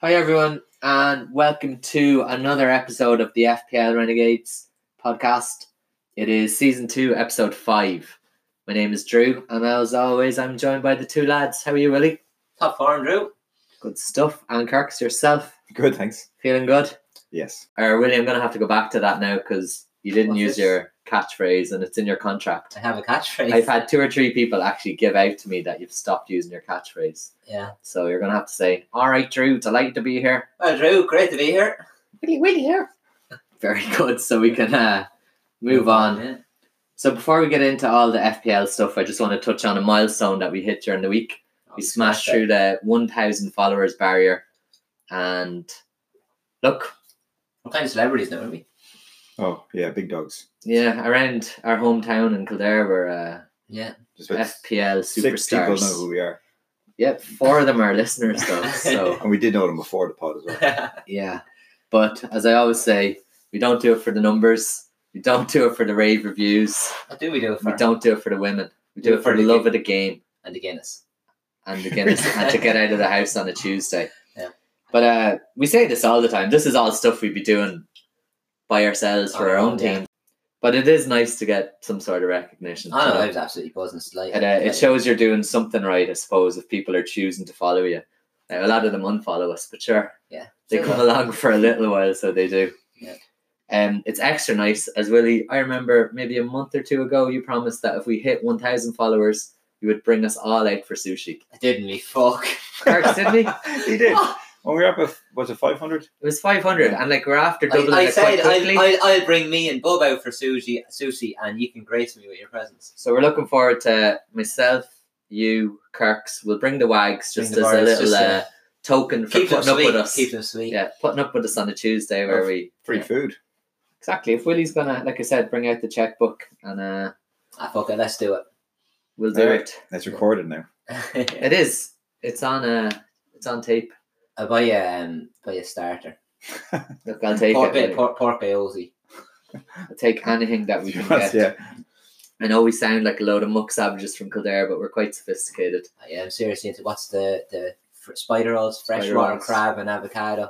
Hi everyone, and welcome to another episode of the FPL Renegades podcast. It is season two, episode five. My name is Drew, and as always, I'm joined by the two lads. How are you, Willie? Top form, Drew. Good stuff. And Kirk's yourself, Good, thanks. feeling good? Yes. Or Willie, I'm going to have to go back to that now because you didn't What's use this? your catchphrase, and it's in your contract. I have a catchphrase. I've had two or three people actually give out to me that you've stopped using your catchphrase. yeah. So you're going to have to say, "All right, Drew, delighted to be here." Well, Drew, great to be here. Willie, Willie here. Very good. So we can uh, move on. Yeah. So before we get into all the FPL stuff, I just want to touch on a milestone that we hit during the week. Oh, We smashed through the 1,000 followers barrier. And look, We're kind of celebrities now, aren't we? Oh, yeah, big dogs. yeah, around our hometown in Kildare, we're uh, Yeah. Just about FPL six people know superstars. who we are. Yep, four of them are listeners, though. So And we did know them before the pod as well. yeah. Yeah. But as I always say, we don't do it for the numbers. We don't do it for the rave reviews. What do we do for? We don't do it for the women. We do it for the love of the game And the Guinness. and the Guinness and to get out of the house on a Tuesday. Yeah. But uh, we say this all the time. This is all stuff we'd be doing by ourselves for Oh, our own yeah. team. But it is nice to get some sort of recognition. I you know, know? Ah, I was absolutely buzzing. It's Like, And, uh, like, it shows you're doing something right, I suppose, if people are choosing to follow you. Now, a lot of them unfollow us, but sure, Yeah. they Sure. come along for a little while, so they do. Yeah. Um, it's extra nice as Willie. I remember maybe a month or two ago, you promised that if we hit 1,000 followers, you would bring us all out for sushi. Didn't we? Fuck. Kirk, didn't we? Oh. he did. When we were up at, was it 500? It was 500, and like we're after I, doubling I it said quite I'll, quickly. I'll, I'll bring me and Bob out for sushi, sushi, and you can grace me with your presence. So we're looking forward to myself, you, Kirk's. We'll bring the wags Bring just the as a bars, little just to uh, token for keep them putting up with sweet. us. Keep them sweet. Yeah, putting up with us on a Tuesday where Oh, we Free Yeah. food. exactly if Willie's gonna, like I said, bring out the checkbook and uh, Ah, fuck it. Let's do we'll do Alright. it. That's recorded now. it. It is. It's on. Uh, it's on tape. I buy a um, buy a starter. Look, I'll take pork, it. ba- pork, pork Bayozi. I'll take anything that we can get. yeah. I know we sound like a load of muck savages from Kildare, but we're quite sophisticated. I am seriously into what's the the fr- spider rolls, Spider freshwater rolls. crab, and avocado.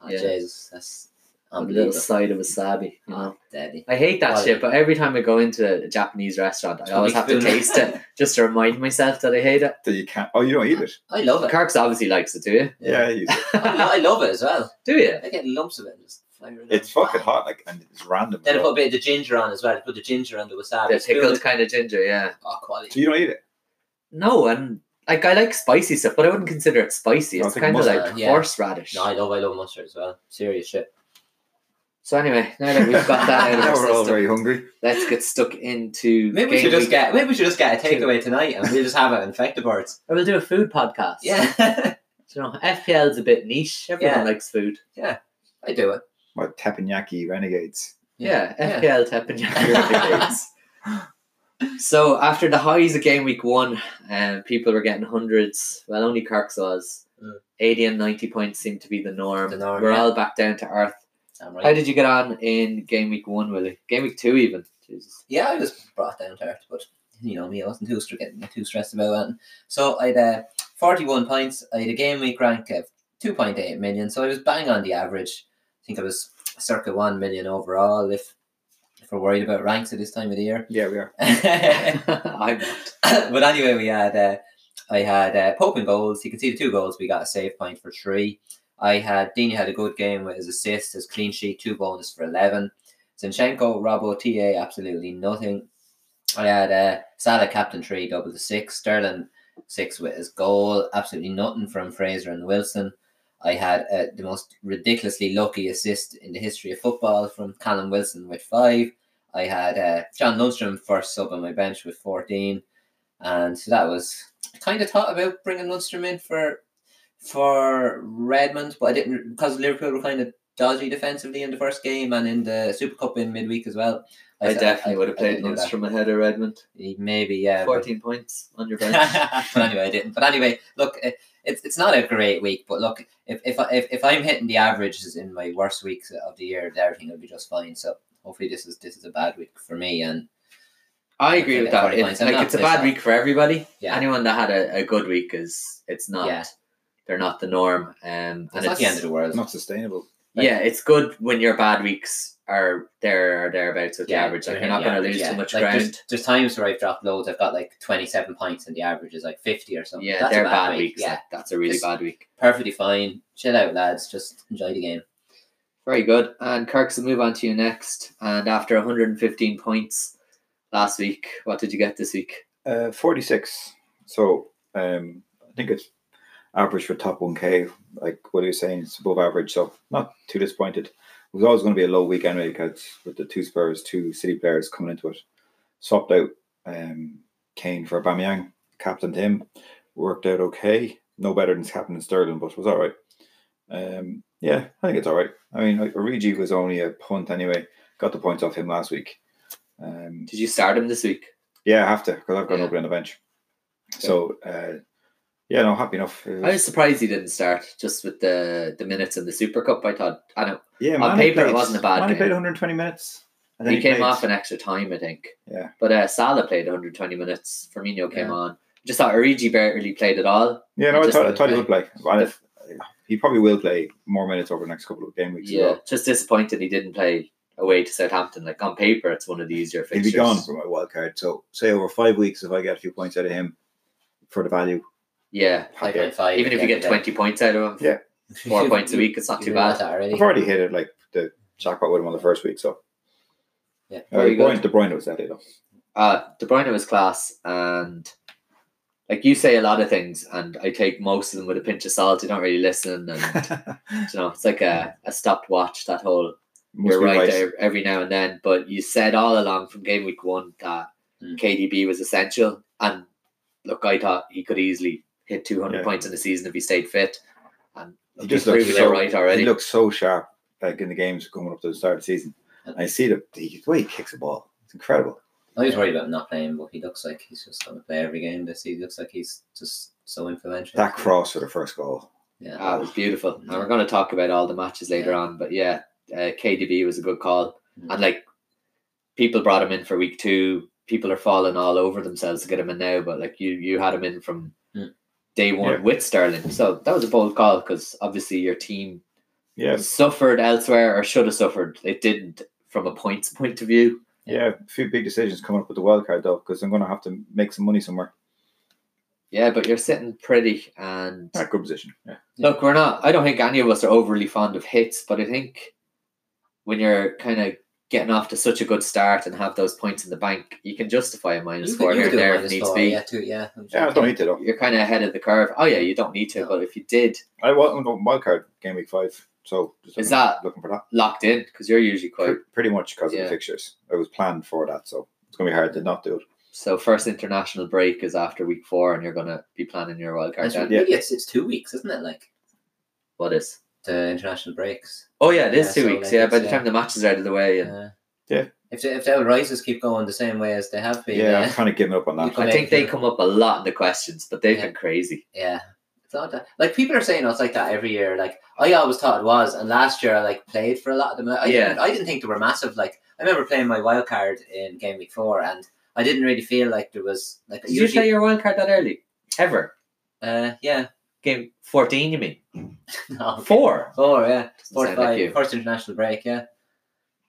Oh, Yeah. Jesus, that's A little unbelievable. side of wasabi. You know? Oh, daddy. I hate that Well- shit, but every time I go into a Japanese restaurant, I always have to taste it just to remind myself that I hate it. That you can't. Oh, you don't eat it. I love it. Kirk's obviously likes it, do you? Yeah, you- I lo- I love it as well. do you? I get lumps of it. And just fire it it's up. fucking hot, like, and it's random. Then I put a bit of the ginger on as well. Put the ginger on the wasabi. The spoon pickled it. kind of ginger, yeah. Oh, quality. So you don't eat it. No, and like I like spicy stuff, but I wouldn't consider it spicy. No, It's I think kind of mustard, like yeah. horseradish. No, I love. I love mustard as well. Serious shit. So anyway, now that we've got that out now of we're our all system, very hungry. let's get stuck into. Maybe we game should just week. get. Maybe we should just get a takeaway tonight, and we'll just have it infect the birds. I will Oh, do a food podcast. Yeah, you know, FPL is a bit niche. Everyone Yeah. likes food. I do it. What teppanyaki renegades? Yeah, Yeah. FPL teppanyaki. so after the highs of game week one, um, people were getting hundreds. Well, only Kirk's was. Mm. 80 and 90 points seem to be the norm. The norm, We're yeah. all back down to earth. I'm How right. did you get on in game week one, Willie? Game week two, even. Jesus. yeah, I was brought down to earth, but you know me, I wasn't too str- getting too stressed about it. So I had uh, 41 points. I had a game week rank of 2.8 million, so I was bang on the average. I think I was circa 1 million overall. If if we're worried about ranks at this time of the year, Yeah, we are. I'm not. but anyway, we had uh, I had uh, Pope and goals. You can see the two goals. We got a save point for three. I had Dini had a good game with his assist, his clean sheet, two bonus for eleven. Zinchenko, Robbo, TA, absolutely nothing. I had uh, Salah captain three, double the six. Sterling six with his goal, absolutely nothing from Fraser and Wilson. I had uh, the most ridiculously lucky assist in the history of football from Callum Wilson with five. I had uh, John Lundstrom first sub on my bench with 14, and so that was I kind of thought about bringing Lundstrom in for for Redmond, but I didn't because Liverpool were kind of dodgy defensively in the first game and in the Super Cup in midweek as well. I, said- definitely would have I played didn't do that. Lundstrom ahead of Redmond. Maybe yeah, but- 14 points on your bench. but anyway, I didn't. But anyway, look, it, it's it's not a great week. But look, if if, I- if if I'm hitting the averages in my worst weeks of the year, everything will be just fine. So hopefully, this is this is a bad week for me. And I agree with that. Forty It's points. I'm like not it's a pissed bad off. week for everybody. Yeah. Anyone that had a, a good week is it's not Yeah. They're not the norm. Um, and It's not the end of the world. Not sustainable. Like- yeah, it's good when your bad weeks are there or thereabouts with the average. Like you're not yeah, going to lose yeah. too much Like, ground. There's, there's times where I've dropped loads. I've got like 27 points, and the average is like 50 or something. yeah, That's a they're bad bad, week, weeks. yeah. Like, that's a really Just- bad week. Perfectly fine. Chill out, lads. Just enjoy the game. Very good. And Kirk's will move on to you next. And after 115 points last week, what did you get this week? Uh, 46. So um, I think it's average for top 1K. Like what he was saying, it's above average. So not too disappointed. It was always going to be a low week anyway because with the two Spurs, two City players coming into it, swapped out um, Kane for Bamiyang, captained him, worked out okay. No better than captain Sterling, but was all right. Um, yeah, I think it's all right. I mean, Origi was only a punt anyway. Got the points off him last week. Um, Did you start him this week? yeah, I have to because I've got Yeah. nobody on the bench. So uh, yeah, no, happy enough. It I was- was surprised he didn't start just with the, the minutes in the Super Cup. I thought, I know, yeah, on Mane paper, it played- wasn't a bad Mane game. played 120 minutes. And then he, came played- off an extra time, I think. Yeah. But uh, Salah played 120 minutes. Firmino came Yeah. on. Just thought Origi barely played at all. yeah, no, I just thought, I didn't thought he play. would play. Well, if- he probably will play more minutes over the next couple of game weeks. as yeah, well. just disappointed he didn't play away to Southampton. Like on paper, it's one of the easier he'll fixtures. be gone for my wild card. So say over five weeks, if I get a few points out of him for the value, Yeah, happy days. 5.5 even if you every get day. 20 points out of him, Yeah. four points a week, it's not You too know bad. that already. I've already hit it like the jackpot with him on the first week. So Yeah. uh, Very De Bruyne, good. De Bruyne was that though. uh De Bruyne was class and like you say a lot of things and I take most of them with a pinch of salt. You don't really listen and you know, it's like a, a stopped watch that whole Must you're be right, right. there every now and then. But you said all along from game week one that Hmm. Mm. KDB was essential and look I thought he could easily hit two hundred Yeah. points in the season if he stayed fit. And He look, just he's proven looks it so- right already. He looks so sharp, like in the games coming up to the start of the season. And I see the, the way he kicks the ball. It's incredible. I was worried about him not playing, but he looks like he's just going to play every game this. He looks like he's just so influential. That cross for the first goal. Yeah. Ah, it was beautiful. Hmm. And we're going to talk about all the matches later Yeah. on. But yeah, uh, KDB was a good call. Hmm. Mm. And like, people brought him in for week two. People are falling all over themselves to get him in now. But like, you you had him in from Mm. day one Hmm. Yeah. with Sterling. So that was a bold call because obviously your team Yeah, suffered elsewhere or should have suffered. It didn't from a points point of view. yeah. A few big decisions coming up with the wild card though, because I'm going to have to make some money somewhere. Yeah, but you're sitting pretty and Not a good position. Yeah. Look, we're not. I don't think any of us are overly fond of hits, but I think when you're kind of getting off to such a good start and have those points in the bank, you can justify a minus You could- four you here and could do a there if minus needs four, be. Yeah, two, yeah. Yeah, I don't need to though. You're kind of ahead of the curve. Oh yeah, you don't need to, No. but if you did, I want no, wild card game week five, so just Is looking, that- looking for that? locked in because you're usually quite. Pre- pretty much because of Yeah. the fixtures. It was planned for that, so it's going to be hard to not do it. So first international break is after week four, and you're gonna be planning your wild card. That's Then. really, Yeah. it's, it's two weeks, isn't it? Like What is? the international breaks. Oh yeah, it is Yeah, two so weeks. like Yeah, by it's, the uh, time the match is out of the way, and Uh, Yeah. If the, if the rises keep going the same way as they have been, Yeah, I'm yeah, kind of giving up on You that. could- I think they yeah. come up a lot in the questions, but they've Yeah. been crazy. yeah. It's not that like people are saying oh, it's like that every year. Like I always thought it was, and last year I like played for a lot of them. I Yeah. didn't, I didn't think they were massive. Like I remember playing my wild card in game week four, and I didn't really feel like there was like Did you play your wild card that early? Ever? uh yeah Game 14, you mean? no, Four? four yeah four sound like five you. first international break yeah.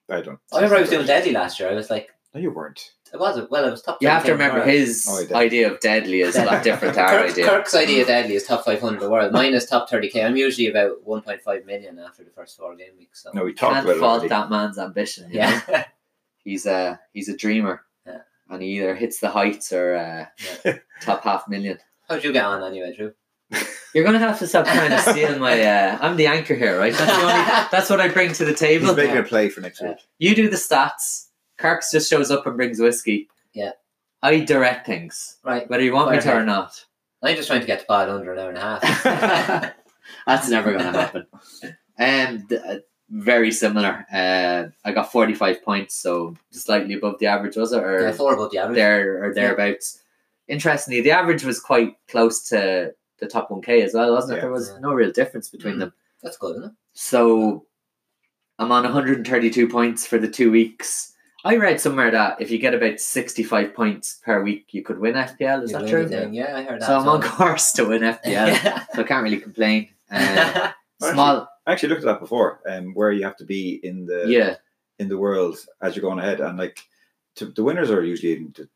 I don't. I remember I was doing deadly last year. I was like No, you weren't. it was well it was top. You have to 10 remember world. his Oh, I did. idea of deadly is a lot different to our Kirk, idea. Kirk's idea deadly is top 500 of the world. Mine is top 30k. I'm usually about 1.5 million after the first four game weeks. So. No, we talked Can't about it. fault Already. that man's ambition. You know? Yeah. he's a he's a dreamer, Yeah. and he either hits the heights or uh, top half million. How'd you get on anyway, Drew? You're gonna have to stop trying to steal my. Uh, I'm the anchor here, right? That's, the only, that's what I bring to the He's table. making a play for next Yeah. week. You do the stats. Kirk's just shows up and brings whiskey. Yeah. I direct things, Right. whether you want me to or Perfect. not. I'm just trying to get to pod under an hour and a half. That's never going to happen. Um, th- uh, very similar. Uh, I got forty five points, so slightly above the average, was it? Or yeah, four above the average. there or thereabouts. Interestingly, the average was quite close to the top one k as well, wasn't it? Yeah. There was Yeah. no real difference between Mhm. them. That's good, isn't it? So I'm on one hundred and thirty two points for the two weeks. I read somewhere that if you get about 65 points per week, you could win FPL. Is You that win true? the thing. Yeah, I heard that. So I'm on as course to win FPL, well. so I can't really complain. Uh, Yeah. small, I actually looked at that before, um, where you have to be in the yeah, in the world as you're going ahead, and like to, the winners are usually in the,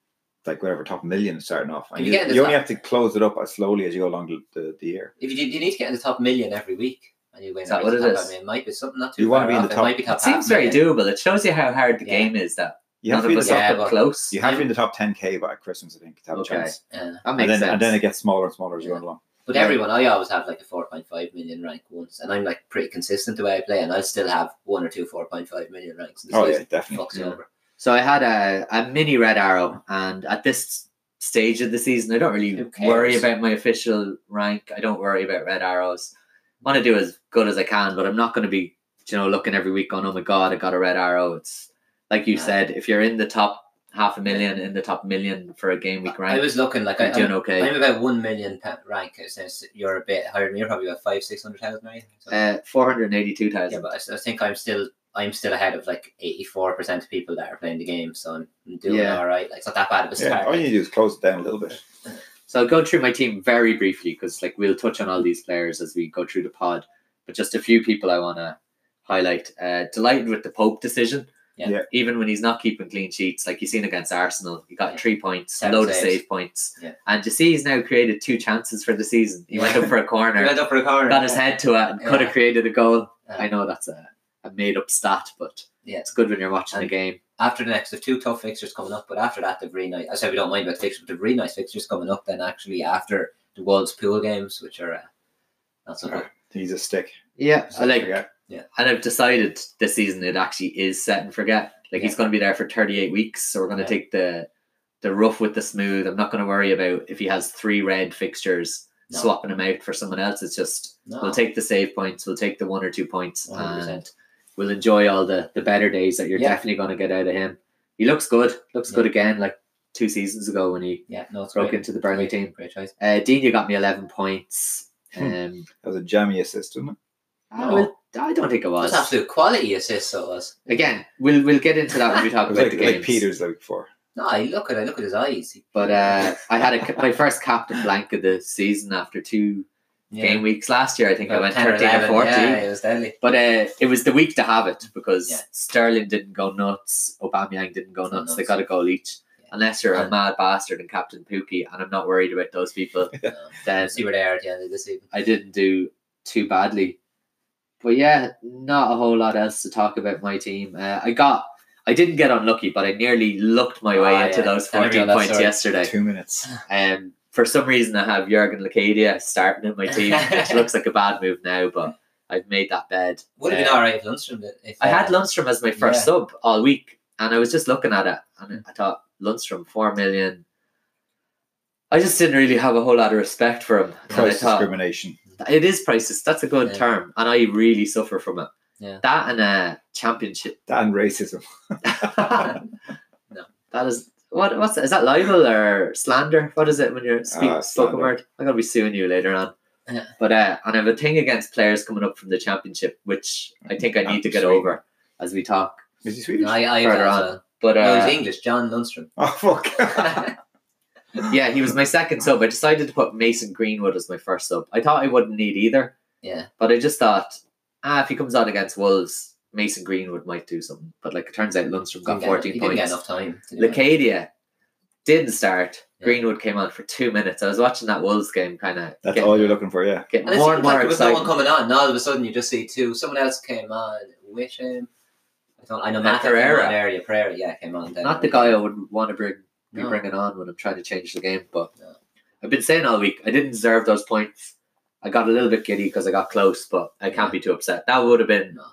like whatever top million starting off, and If you you, get in the you only top- have to close it up as slowly as you go along the, the, the year. If you, do- you need to get in the top million every week, and you win. Is that every what it time. is? I mean, it might be something not too. You wanna far be in off. It the top- might be top it seems half very million. doable. It shows you how hard the Ah, Yeah. game is that You none have to be of in us the top. got Yeah, that but- close. You have to be in the top 10k by Christmas, I think, to have Okay. a chance. Yeah. That And makes then, sense. and then it gets smaller and smaller as you go along. But Yeah. everyone, I always have like a 4.5 million rank once, and I'm like pretty consistent the way I play, and I'll still have one or two 4.5 million ranks. And this Oh yeah, season definitely. fucks you Yeah. over. So I had a, a mini red arrow, and at this stage of the season, I don't really Who cares? worry about my official rank. I don't worry about red arrows. want to do as good as I can, but I'm not going to be, you know, looking every week going, "Oh my god, I got a red arrow." It's like you No. said, if you're in the top half a million, in the top million for a game week I rank, was looking like I, you're I'm, doing okay. I'm about one million pa- rank since you're a bit higher than me. You're probably about five, six hundred thousand, right? So- Uh, four hundred eighty-two yeah, thousand. but I s- I, think I'm still I'm still ahead of like eighty four percent of people that are playing the game, so I'm, I'm doing Yeah. all right. Like it's not that bad of a Yeah, start. all you need to do is close it down a little bit. So I'll go through my team very briefly because like we'll touch on all these players as we go through the pod, but just a few people I want to highlight. Uh, delighted with the Pope decision. Yeah. Yeah. Even when he's not keeping clean sheets, like you seen against Arsenal, he got Yeah. three points, Seven load of saves. save points, Yeah. and you see he's now created two chances for the season. He went Yeah. up for a He corner, went up for a corner. got his head to it, and could Yeah. have created a goal. Yeah. I know that's a, a made up stat, but Yeah. it's good when you're watching And- a game. After the next, there's two tough fixtures coming up, but after that, they've really nice. I said we don't mind about the fixtures, but the really nice fixtures coming up. Then actually after the Wolves pool games, which are uh, not so good. He's a stick. Yeah, So I like forget. And I've decided this season it actually is set and forget. Like he's Yeah. going to be there for 38 weeks, so we're going to Yeah. take the the rough with the smooth. I'm not going to worry about if he has three red fixtures No. swapping him out for someone else. It's just No. we'll take the save points, we'll take the one or two points, 100%. and we'll enjoy all the the better days that you're Yeah. definitely going to get out of him. He looks good. Looks Yeah. good again, like two seasons ago when he yeah, no, it's broke great. into the Burnley Great- team. Great choice. Uh, Dean, you got me 11 points. Hmm. Um, That was a jammy assist, wasn't I, will- I don't think it It was. was absolute quality assist, so it was. Again, we'll we'll get into that when we it? talk It was about like, the like games. Peter's like before. No, I look at I look at his eyes. He- But uh, I had a, my first captain blank of the season after two yeah. game weeks last year. I think I About went 10 or 13 or 11, 14. Yeah, it was deadly. But uh, it was the week to have it because Yeah. Sterling didn't go nuts, Aubameyang didn't go Not nuts. They nuts. got a goal each. Yeah. Unless you're a And- mad bastard and captain Pookie, and I'm not worried about those people, No. then See where they are at the end of this evening. I didn't do too badly. But yeah, not a whole lot else to talk about my team. Uh, I got, I didn't get unlucky, but I nearly lucked my way Ah, into yeah. those Tell 14 everyone that points story. yesterday. Two minutes. Um, for some reason, I have Jurgen Lacadia starting in my team, which looks like a bad move now, but I've made that bed. Would have Uh, been alright if Lundstrom did. If, I had uh, Lundstrom as my first Yeah. sub all week, and I was just looking at it, and I thought Lundstrom four million. I just didn't really have a whole lot of respect for him. and I Price thought, discrimination. it is prices. That's a good Yeah. term, and I really suffer from it. Yeah. That and a championship. That and racism. that is what? What's is that libel or slander? What is it when you're speak, Uh, spoken slander. word? I'm gonna be suing you later on. Yeah. But uh, and I have a thing against players coming up from the championship, which Mm-hmm. I think I need to get Absolutely. over as we talk. Is he Swedish? I, I Further on. uh, But no, he's uh, English, John Lundstrom. Oh fuck. yeah, he was my second sub. I decided to put Mason Greenwood as my first sub. I thought I wouldn't need either, yeah, but I just thought, ah, if he comes out against Wolves, Mason Greenwood might do something. But like it turns out, Lundstrom got Didn't get- fourteen he points. didn't get enough time. to do it. Lacadia didn't start. Yeah. Greenwood came on for two minutes. I was watching that Wolves game, kind of That's getting, all you're looking for, yeah. getting And it more seemed and more like there was no excited. one coming on. And all of a sudden, you just see two. Someone else came on. Which um, I don't. I know Matt Matt Herrera. Herrera. Came on earlier, Pereira, yeah, came on. Then Not the guy I would want to bring be No. bringing on when I'm trying to change the game. But No. I've been saying all week I didn't deserve those points. I got a little bit giddy because I got close, but I can't be too upset. That would have been No.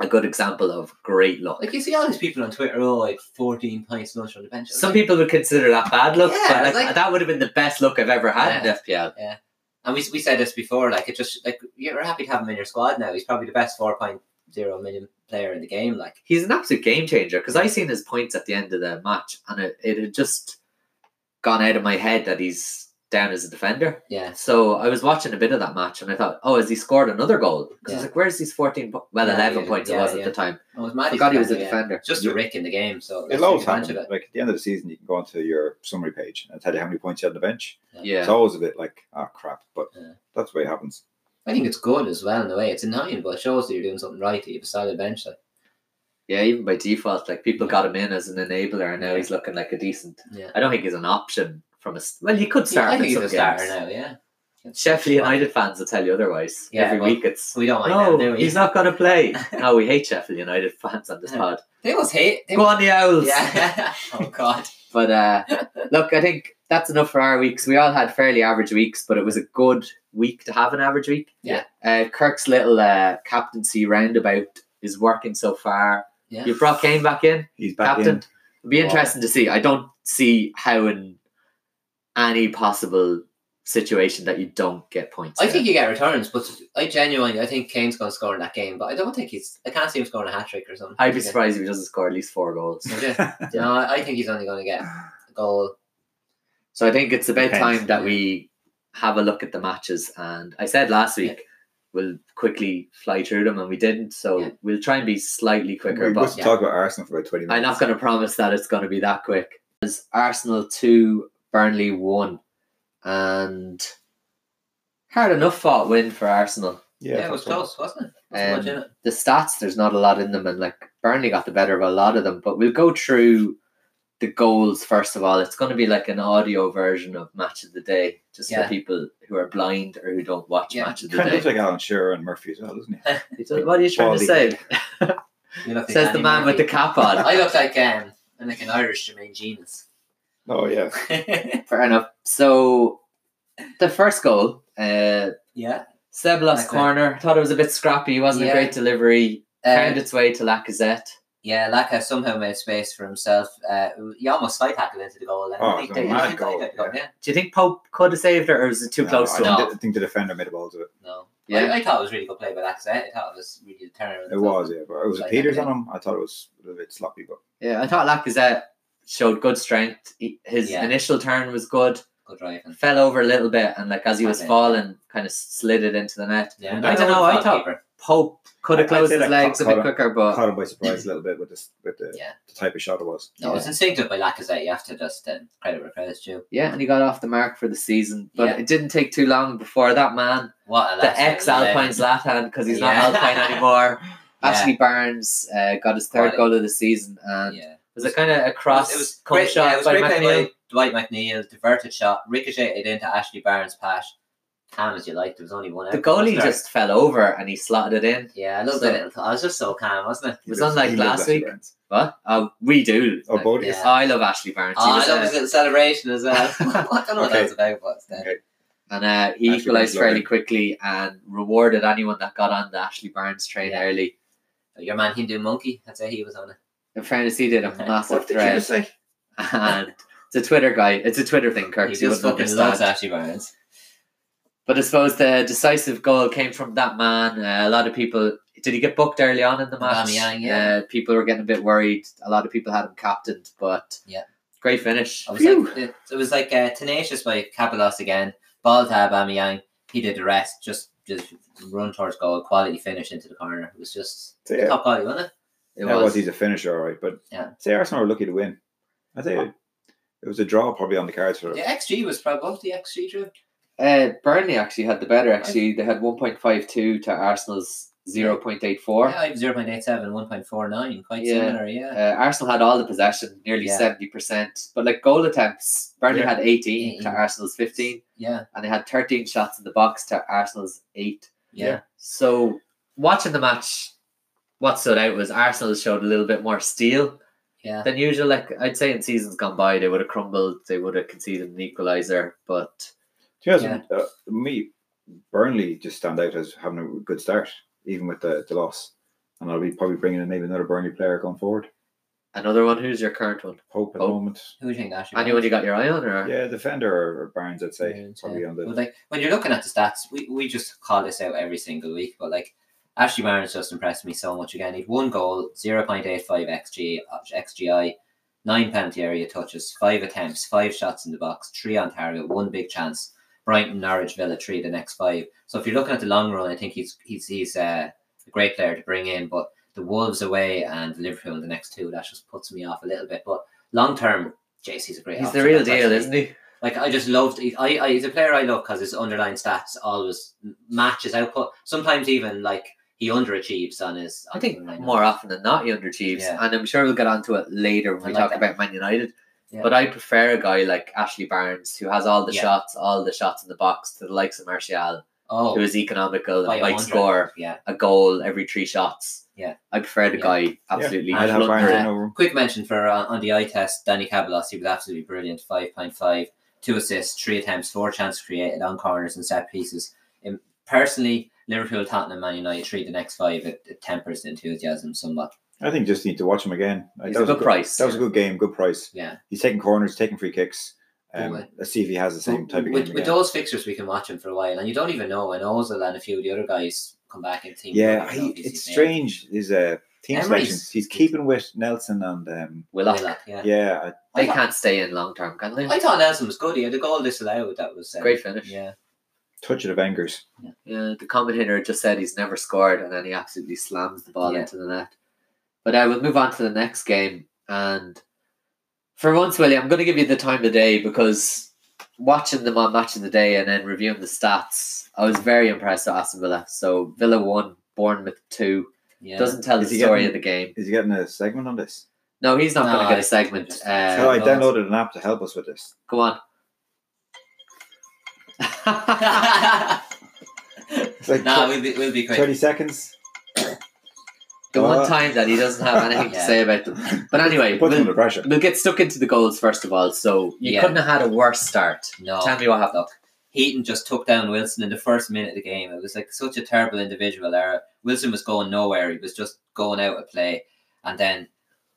a good example of great luck. Like you see all these people on Twitter, oh, like fourteen pints lunch on the bench. I was Some like- people would consider that bad luck, Yeah, but like, like- that would have been the best luck I've ever had Yeah. in FPL. and we, we said this before. Like it just like you're happy to have him in your squad now. He's probably the best four point zero million player in the game. Like he's an absolute game changer because I seen his points at the end of the match and it, it had just gone out of my head that he's down as a defender. Yeah. So I was watching a bit of that match and I thought, oh, has he scored another goal? Because I was Yeah. like, where's these 14, po- well, Yeah, 11 yeah, points yeah, it was yeah. at the time. Oh, it's I mad he's forgot he was a yeah. defender. Just a rick in the game. So let's It'll take always advantage happen. of it. Like at the end of the season, you can go onto your summary page and tell you how many points you had on the bench. Yeah. It's always a bit like, ah, crap, but Yeah. that's the way it happens. I think it's good as well in a way. It's annoying, but it shows that you're doing something right. That you've started bench. Like, yeah, even by default, like people got him in as an enabler and now he's looking like a decent. yeah. I don't think he's an option from a. s- Well, he could yeah, start. I in think he's some a starter games. now. Yeah. Sheffield United fans will tell you otherwise. Yeah, Every well, week it's. We don't mind No, them, do we? he's not going to play. no, we hate Sheffield United fans on this pod. They always hate. They Go on the Owls. Yeah. oh God. But uh, look, I think that's enough for our weeks. We all had fairly average weeks, but it was a good week to have an average week. Yeah. Uh, Kirk's little uh, captaincy roundabout is working so far. Yeah. You've brought Kane back in, He's back captain. in. It'll be Wow. interesting to see. I don't see how in any possible situation that you don't get points. I there. think you get returns, but I genuinely I think Kane's going to score in that game, but I don't think he's. I can't see him scoring a hat trick or something. I'd be surprised if he doesn't score at least four goals. Yeah. no, I think he's only going to get a goal. So I think it's about Depends, time that yeah. we have a look at the matches. And I said last week we'll quickly fly through them, and we didn't. So Yeah. we'll try and be slightly quicker. we but must talk about Arsenal for about 20 minutes. I'm not going to promise that it's going to be that quick. It's Arsenal two, Burnley one, and hard enough fought win for Arsenal. Yeah, Yeah, it was that's all. close, wasn't it? Um, Wasn't much in it. the stats, there's not a lot in them, and like Burnley got the better of a lot of them. But we'll go through the goals first of all. It's going to be like an audio version of Match of the Day, just Yeah. for people who are blind or who don't watch Yeah. Match of the Kind of looks Day. like Alan Shearer and Murphy as well, doesn't he? It's like, what are you trying to Baldy. say? You look like Um, Says the Andy man with the Murphy. cap on. I look like um, I'm like an Irish Jermaine Genius. Oh, yeah. Fair enough. So the first goal, uh, yeah. Sebelos Okay. corner. Thought it was a bit scrappy. Wasn't Yeah. a great delivery. Found Uh, its way to Lacazette. yeah, Laka somehow made space for himself. Uh, he almost slide tackled into the goal. And Oh, I think it's a they- mad I think they goal, got the goal, yeah. Do you think Pope could have saved it, or was it too No, close I to no. him? think- I think the defender made the balls of it. No. Yeah. I, I thought it was really good play by Lacazette. I thought it was really determined. It was, yeah. But it was Like, Peters yeah. on him. I thought it was a little bit sloppy, but Yeah, I thought Lacazette showed good strength. He, his Yeah. initial turn was good, Good driving. fell over a little bit, and like as he was Okay. falling, kind of slid it into the net. Yeah, I don't know, I thought- Pope could I- have I'd closed say his that legs a caught- bit quicker, but caught him by surprise a little bit with this with the, Yeah. the type of shot it was. No, it was instinctive by Lacazette. You have to just um, credit where credit's due. yeah, and he got off the mark for the season. But Yeah. it didn't take too long before that man, What a the ex Alpine Zlatan, because he's Yeah. not Alpine anymore. Yeah. Ashley Barnes uh, got his third Quality. goal of the season, and Yeah. was it kind of a cross it was cum great, shot yeah, it was by great play McNeil? by Dwight McNeil, diverted shot, ricocheted into Ashley Barnes' pass. Calm as you like, there was only one out. The goalie Sorry. just fell over and he slotted it in. Yeah, I love So- that. I was just so calm, wasn't it? It was He looked- unlike he looked last like he week. ran. What? Uh, we do. Oh, Like, Bodie. yeah. I love Ashley Barnes. He Oh, I was, love uh, his little celebration as well. I don't know what Okay. that was about, but uh, Okay. and uh, he Ashley equalised Barnes fairly loved quickly and rewarded anyone that got on the Ashley Barnes train Yeah. early. your man Hindu Monkey, I'd say he was on it. In fairness, he did a Okay. massive What did you thread. just say? And it's a Twitter guy. It's a Twitter thing, Kirk. He you just wouldn't fucking loves understand. Ashley Barnes. But I suppose the decisive goal came from that man. Uh, a lot of people. Did he get booked early on in the match? Aubameyang, yeah. Uh, people were getting a bit worried. A lot of people had him captained, but Yeah. great finish. I was Phew. like, it it was like uh, tenacious by Cabalos again. Ball to Aubameyang. He did the rest. Just, just run towards goal. Quality finish into the corner. It was just So, yeah, top quality, wasn't it? it that was. was he's a finisher, all right. But Yeah. say Arsenal were lucky to win. I say it was a draw probably on the cards for The them. XG was probably what was the XG drew. Uh, Burnley actually had the better. Actually, they had one point five two to Arsenal's zero point eight four. Yeah, I have 0.87, 1.49. Quite Yeah. similar, yeah. Uh, Arsenal had all the possession, nearly Yeah. seventy percent. But like goal attempts, Burnley Yeah. had eighteen to Mhm. Arsenal's fifteen, Yeah, and they had thirteen shots in the box to Arsenal's eight. yeah. So watching the match, what stood out was Arsenal showed a little bit more steel Yeah. than usual. Like I'd say in seasons gone by, they would have crumbled, they would have conceded an equaliser, but Do you know, uh, me, Burnley just stand out as having a good start, even with the, the loss. And I'll be probably bringing in maybe another Burnley player going forward. another one. Who's your current one? Hope at Hope. the moment. Who do you think Ashley Anyone you got your eye on, or Yeah, defender or, or Barnes, I'd say. Barnes, probably yeah. on the. But like when you're looking at the stats, we, we just call this out every single week. But like Ashley Barnes just impressed me so much again. He'd one goal, 0.85 XG uh, XGI, nine penalty area touches, five attempts, five shots in the box, three on target, one big chance. Brighton, Norwich, Villa, three the next five. So if you're looking at the long run, I think he's he's he's uh, a great player to bring in. But the Wolves away and Liverpool in the next two, that just puts me off a little bit. But long term, JC's a great. He's the option. real That's deal, actually- isn't he? like I just loved. I, I he's a player I love because his underlying stats always match his output. Sometimes even like he underachieves on his. I on think his line. more often than not he underachieves, Yeah. and I'm sure we'll get onto it later when I we like talk that. about Man United. Yeah. But I prefer a guy like Ashley Barnes who has all the Yeah. shots, all the shots in the box to the likes of Martial, Oh, who is economical by and a might hundred. score Yeah. a goal every three shots. Yeah. I prefer the Yeah. guy absolutely. Yeah. I'd have flundering. Barnes Flundering. in over him. Quick mention for uh, on the eye test, Danny Cabalos. He was absolutely brilliant. Five point five, two assists, three attempts, four chances created on corners and set pieces. In, personally, Liverpool, Tottenham, Man United, three the next five. It, it tempers the enthusiasm somewhat. I think just need to watch him again. Like, He's that a was good price. That was a good game, good price. Yeah. He's taking corners, taking free kicks. Um, Boy. let's see if he has the same type of with, game. with again. those fixtures, we can watch him for a while, and you don't even know when Ozil and a few of the other guys come back and "Oh, team. Yeah, up, I don't he, know if he's it's his name. strange. His uh, team Emery's- selections. He's keeping with Nelson and um, Willock. Willock, yeah. yeah, I- They can't stay in long term, can they? I thought Nelson was good. He had a goal disallowed. That was um, Great finish. Yeah, touch it of Angers. Yeah, the commentator just said he's never scored, and then he absolutely slams the ball Yeah. into the net. But I will move on to the next game, and for once, Willie, I'm going to give you the time of the day because watching them on Match of the Day and then reviewing the stats, I was very impressed with Aston Villa. So Villa won, Bournemouth two. yeah. Doesn't tell Is the he story getting- of the game. Is he getting a segment on this? No, he's not No, going to I- get a segment. Uh, So I no, it's- downloaded an app to help us with this. Go on. It's like nah, tw- we'll be, we'll be quick. thirty seconds. the Go one on. time that he doesn't have anything to Yeah. say about them. But anyway, Put them we'll- under pressure. We'll get stuck into the goals first of all. So you Yeah. couldn't have had a worse start. No, Tell me what happened. Heaton just took down Wilson in the first minute of the game. It was like such a terrible individual error. Wilson was going nowhere. He was just going out of play, and then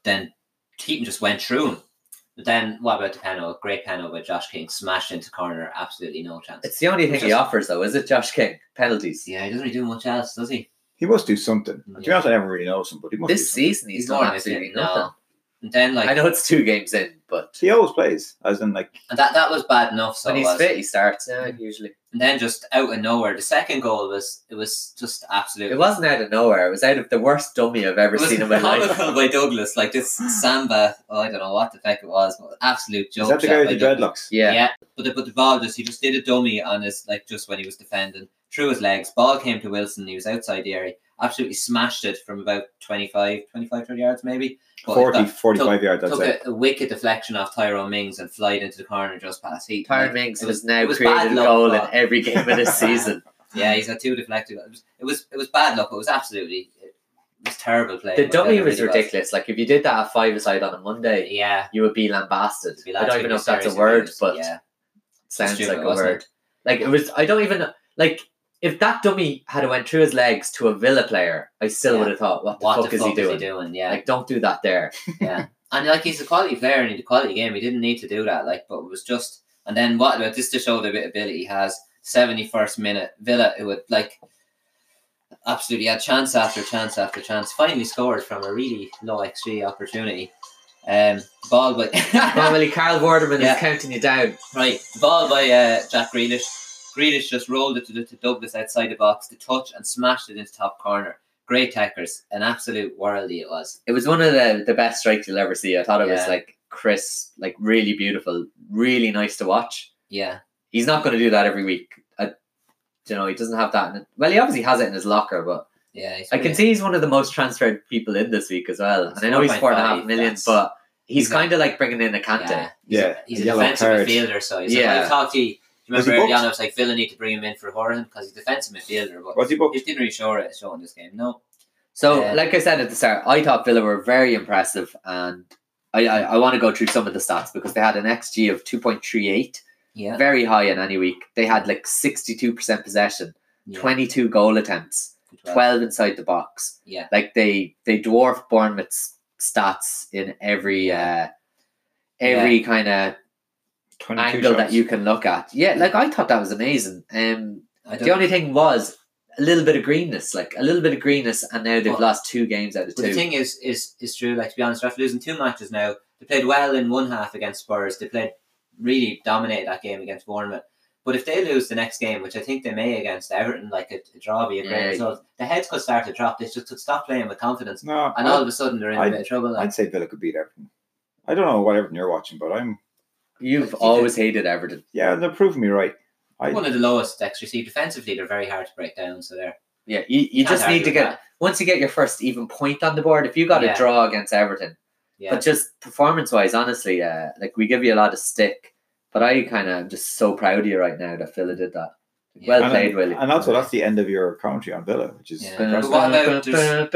then Heaton just went through him. But then what about the panel? Great panel by Josh King, smashed into corner, absolutely no chance. It's the only thing he Just- offers, though, is it, Josh King? Penalties. Yeah, he doesn't really do much else, does he? He must do something. To be Yeah. honest, I never really noticed him, but he must. This do something. season, he's more done absolutely nothing. No. And then like I know it's two games in, but He always plays, as in like and that that was bad enough. So when it he's was. fit, he starts. Yeah, usually. and then just out of nowhere, the second goal was it was just absolutely. It wasn't out of nowhere. It was out of the worst dummy I've ever It was seen in my comical life. by Douglas, like this Samba. Oh, I don't know what the heck it was, but absolute joke. is that the shot guy by with the Douglas. dreadlocks? Yeah. But the, but the ball just he just did a dummy on his like just when he was defending through his legs. Ball came to Wilson. He was outside the area. Absolutely smashed it from about 25, 25 30 yards maybe. But it 40, got- 45 yards, I'd took say. a, a wicked deflection off Tyrone Mings and flied into the corner just past Heaton. Tyron Like, Mings it has now it was bad created a luck, goal in but- every game of this season. yeah, he's had two deflected. It was it was, it was bad luck. It was absolutely it was terrible play. The but then dummy it was really ridiculous. Like, if you did that at five aside on a Monday, Yeah. you would be lambasted. Be I last don't even week know was if that's a serious word, abuse, but yeah. sounds Stupid, like a wasn't it? word. Like it was, I don't even like if that dummy had went through his legs to a Villa player, I still Yeah. would have thought, what the What fuck, is, he doing? Yeah, Like, don't do that there. yeah. And like he's a quality player and he's a quality game. He didn't need to do that. Like, but it was just. And then what about this to show the bit of ability he has? Seventy first minute Villa, who would like absolutely had chance after chance after chance. Finally scored from a really low xG opportunity. Um, ball by Normally, Carl Vorderman Yeah. is counting you down. Right, ball by uh, Jack Grealish. Grealish just rolled it to, to Douglas outside the box to touch and smashed it into top corner. Great tackers, an absolute worldie it was. It was one of the the best strikes you'll ever see. I thought it was Yeah. like crisp, like really beautiful, really nice to watch. Yeah, He's not going to do that every week. I, you know, he doesn't have that. In it. Well, he obviously has it in his locker, but yeah. he's I can brilliant. see he's one of the most transferred people in this week as well. And I know he's four and a half 4.5, million, that's- but he's he's a- kind of like bringing in a Kante. Yeah, Yeah, he's a yellow defensive card. midfielder, so he's Yeah. yeah. Like, I talked to you. you Was Remember, he early booked? on, I was like, Villa need to bring him in for Horan because he's a defensive midfielder, but Was he booked? he didn't really show it show in this game. No, So, Yeah. like I said at the start, I thought Villa were very impressive, and I, I, I want to go through some of the stats because they had an XG of 2.38, yeah, very high in any week. They had like 62% possession, yeah. 22 goal attempts, 12 inside the box. Yeah. Like they they dwarf Bournemouth's stats in every uh every kind of 22 angle that shots. you can look at. Yeah, like I thought that was amazing. Um I don't the only thing was a little bit of greenness, like a little bit of greenness, and now they've Well, lost two games out of But two. the thing is, is, is true. Like to be honest, after losing two matches now, the They played well in one half against Spurs. They played really dominated that game against Bournemouth. But if they lose the next game, which I think they may against Everton, like a, a draw be a great Yeah. result, the heads could start to drop. They just could stop playing with confidence, No, and all of a sudden they're in a I- bit of trouble. Like, I'd say Villa could beat Everton. I don't know what Everton you're watching, but I'm You've Yeah. always hated Everton. yeah, they're proving me right. I one of the lowest XGC defensively, they're very hard to break down. So they're Yeah, you, you can't just argue need to with get that. once you get your first even point on the board. If you got Yeah. a draw against Everton, yeah. but just performance wise, honestly, uh, like we give you a lot of stick, but I kind of just so proud of you right now that Phila did that. Yeah. Well and, played, Willie. and also that's the end of your commentary on Villa, which is Yeah. impressive. But what about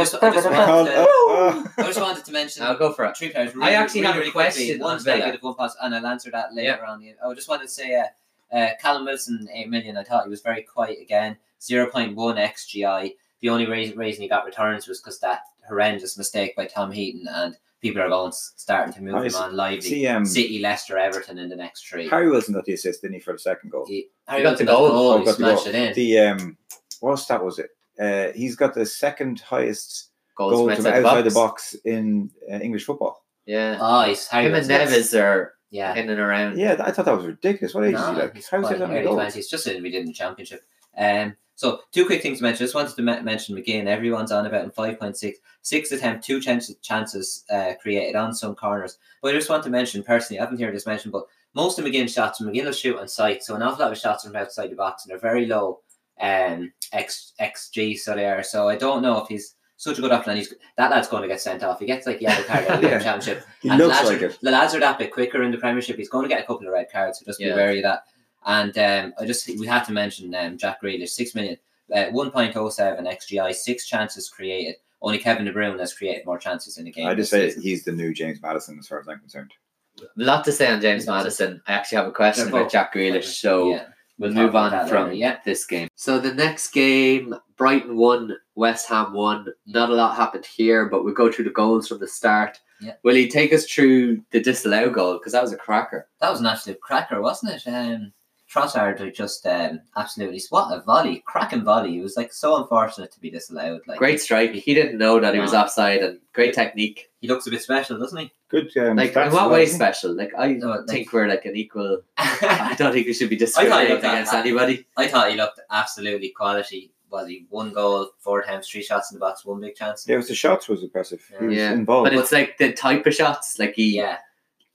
just I just, I just Oh, wanted to, oh, oh. I just wanted to mention I'll go for it. three players. I actually have a quickly, question One on Villa. negative, one positive, and I'll answer that later on. I just wanted to say, uh, uh, Callum Wilson, eight million. I thought he was very quiet again. Zero point one xgi. The only reason, reason he got returns was because that horrendous mistake by Tom Heaton, and people are going starting to move I him see- on lively. See, um, City, Leicester, Everton in the next three. Harry Wilson got the assist, didn't he, for the second goal? He, He got Wilson the goal. Oh, He got the smashed goal. it in. The um, what stat was it? Uh, he's got the second highest Goals goal from from outside the box in uh, English football. Yeah, oh, he's Harry him and Wilson. Neves are Yeah. in and around. Yeah, th- I thought that was ridiculous. What age is he No, like? he's How is he quite having a early goal? 20s, just as we did in the championship. Um, so two quick things to mention. Just wanted to me- mention McGinn. Everyone's on about in five point six, six attempt, two chances, chances uh, created on some corners. But I just want to mention personally, I haven't heard this mentioned, but most of McGinn's shots, McGinn will shoot on sight. So an awful lot of shots from outside the box, and they're very low um, X, xg. So they are. So I don't know if he's such a good option. And he's that lad's going to get sent off. He gets like yellow card in the Yeah. championship He and looks Lazard- like it. The lads are that bit quicker in the Premiership. He's going to get a couple of red cards, so just be Yeah. wary of that. And um, I just we had to mention um, Jack Grealish, six million, uh, one point oh seven xGI, six chances created. Only Kevin De Bruyne has created more chances in the game. I this just say season. he's the new James Madison, as far as I'm concerned. A lot to say on James Yeah. Madison. I actually have a question They're about both- Jack Grealish, so Yeah. we'll move We'll talk about on that from later, yeah. this game. So the next game, Brighton won, West Ham won. Not a lot happened here, but we'll go through the goals from the start. Yeah. Will he take us through the disallow goal? Because that was a cracker. that was an absolute cracker, wasn't it? Um, Trossard are just um, absolutely what a volley, cracking volley. It was like so unfortunate to be disallowed. Like Great strike. He didn't know that he was No. offside and great technique. he looks a bit special, doesn't he? Good. Um, Like, stats in as what well, way isn't he? special? Like, I No, like- think we're like an equal. I I don't think we should be I discriminating thought that- against anybody. thought he looked absolutely quality. Was he one goal, four times, three shots in the box, one big chance? Yeah, it was the shots was impressive. He was Yeah. involved. But it's like the type of shots. Like, he, Yeah,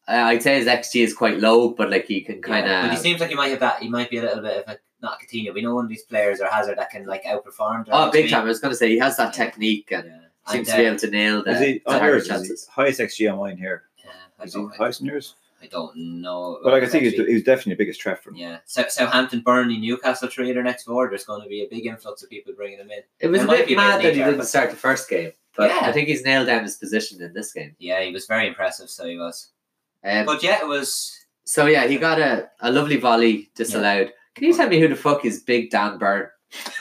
I- I'd say his XG is quite low, but like, he can kind of. yeah. But he seems like he might have that. He might be a little bit of a not a Coutinho. We know one of these players or Hazard that can like outperform. their Oh, big team. time! I was gonna say he has that Yeah. technique Yeah. and seems And, to be uh, able to nail Is the he on higher yours? Is he chances. highest XG on mine here? yeah, I Is he don't, I, highest on yours? I don't know. Well, I can see he was, Actually, he was definitely the biggest threat from. Yeah, so, Southampton, Burnley, Newcastle three of their next four. There's going to be a big influx of people bringing them in. It was It a might bit be a bit mad that he later, didn't but- start the first game, but Yeah. I think he's nailed down his position in this game. Yeah, he was very impressive. So he was. Um, But yeah, it was. so yeah, he got a, a lovely volley disallowed. Can you tell me who the fuck is Big Dan Byrne?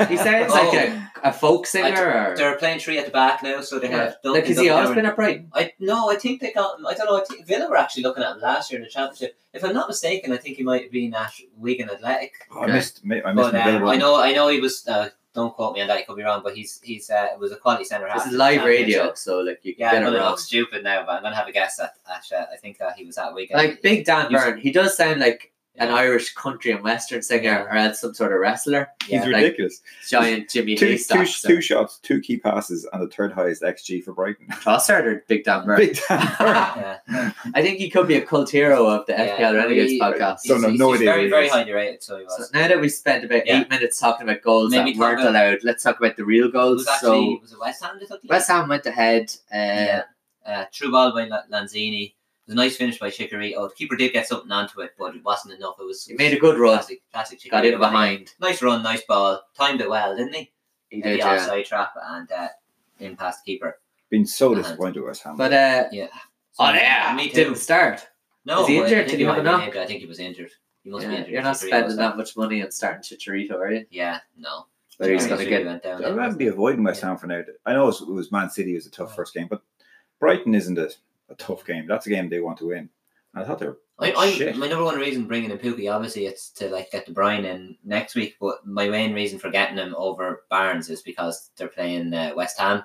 He sounds like a, a folk singer. They're playing three at the back now, so or, they yeah. have. Duncan, Like, has he Duncan, always Darren- been at Brighton? I no, I think they got. I don't know. I think Villa were actually looking at him last year in the championship. If I'm not mistaken, I think he might have been at Wigan Athletic. Oh, Okay. I missed. I missed But the um, available. I know, I know he was. Uh, don't quote me on that. He could be wrong, but he's he's uh, was a quality centre half. This is in the live championship. radio, so like you Yeah, can I'm get it gonna wrong. look stupid now, but I'm gonna have a guess at. at uh, I think that he was at Wigan. Like Big Dan He's- Byrne, he does sound like yeah. an Irish country and western singer, Yeah. or else some sort of wrestler. yeah. He's like- ridiculous. Giant Jimmy two, two, Haystacks. two shots, two key passes, and the third highest XG for Brighton. Trossard or Big Dan Byrne? Big damn burn. Yeah. I think he could be a cult hero of the Yeah, FPL Renegades we- podcast. So He's, no- he's, no he's idea who very he very is. highly rated, so he So was. now that we spent about Yeah. eight minutes talking about goals Maybe that talk weren't about- allowed, let's talk about the real It goals. was actually so was it West Ham? they took the lead? West Ham went ahead. Uh, Yeah. Uh, true ball by La- Lanzini. It was a nice finish by Chikorito. The keeper did get something onto it, but it wasn't enough. It was He made a good run. Classic, classic Got Chicharito. in behind. Nice run, nice ball. Timed it well, didn't he? He Hit did, the yeah. offside trap and uh, in past keeper. Been so Uh-huh. disappointed with West Ham. But uh, Yeah. oh yeah, me too. didn't start. No, Is he but I injured? think Did he he might have be a knock? injured. I think he was injured. He must be Yeah, injured. you're not Chicharito, spending so- that much money on starting Chicharito, are you? Yeah, no. But he's going to Chicharito get. went down. I might be avoiding West Ham for now. I know it was- it was Man City was a tough first game, but Brighton isn't a, a tough game. That's a game they want to win. And I thought they were. I, I, Shit. my number one reason bringing in Pookie, obviously, it's to like get the Brian in next week. But my main reason for getting him over Barnes is because they're playing uh, West Ham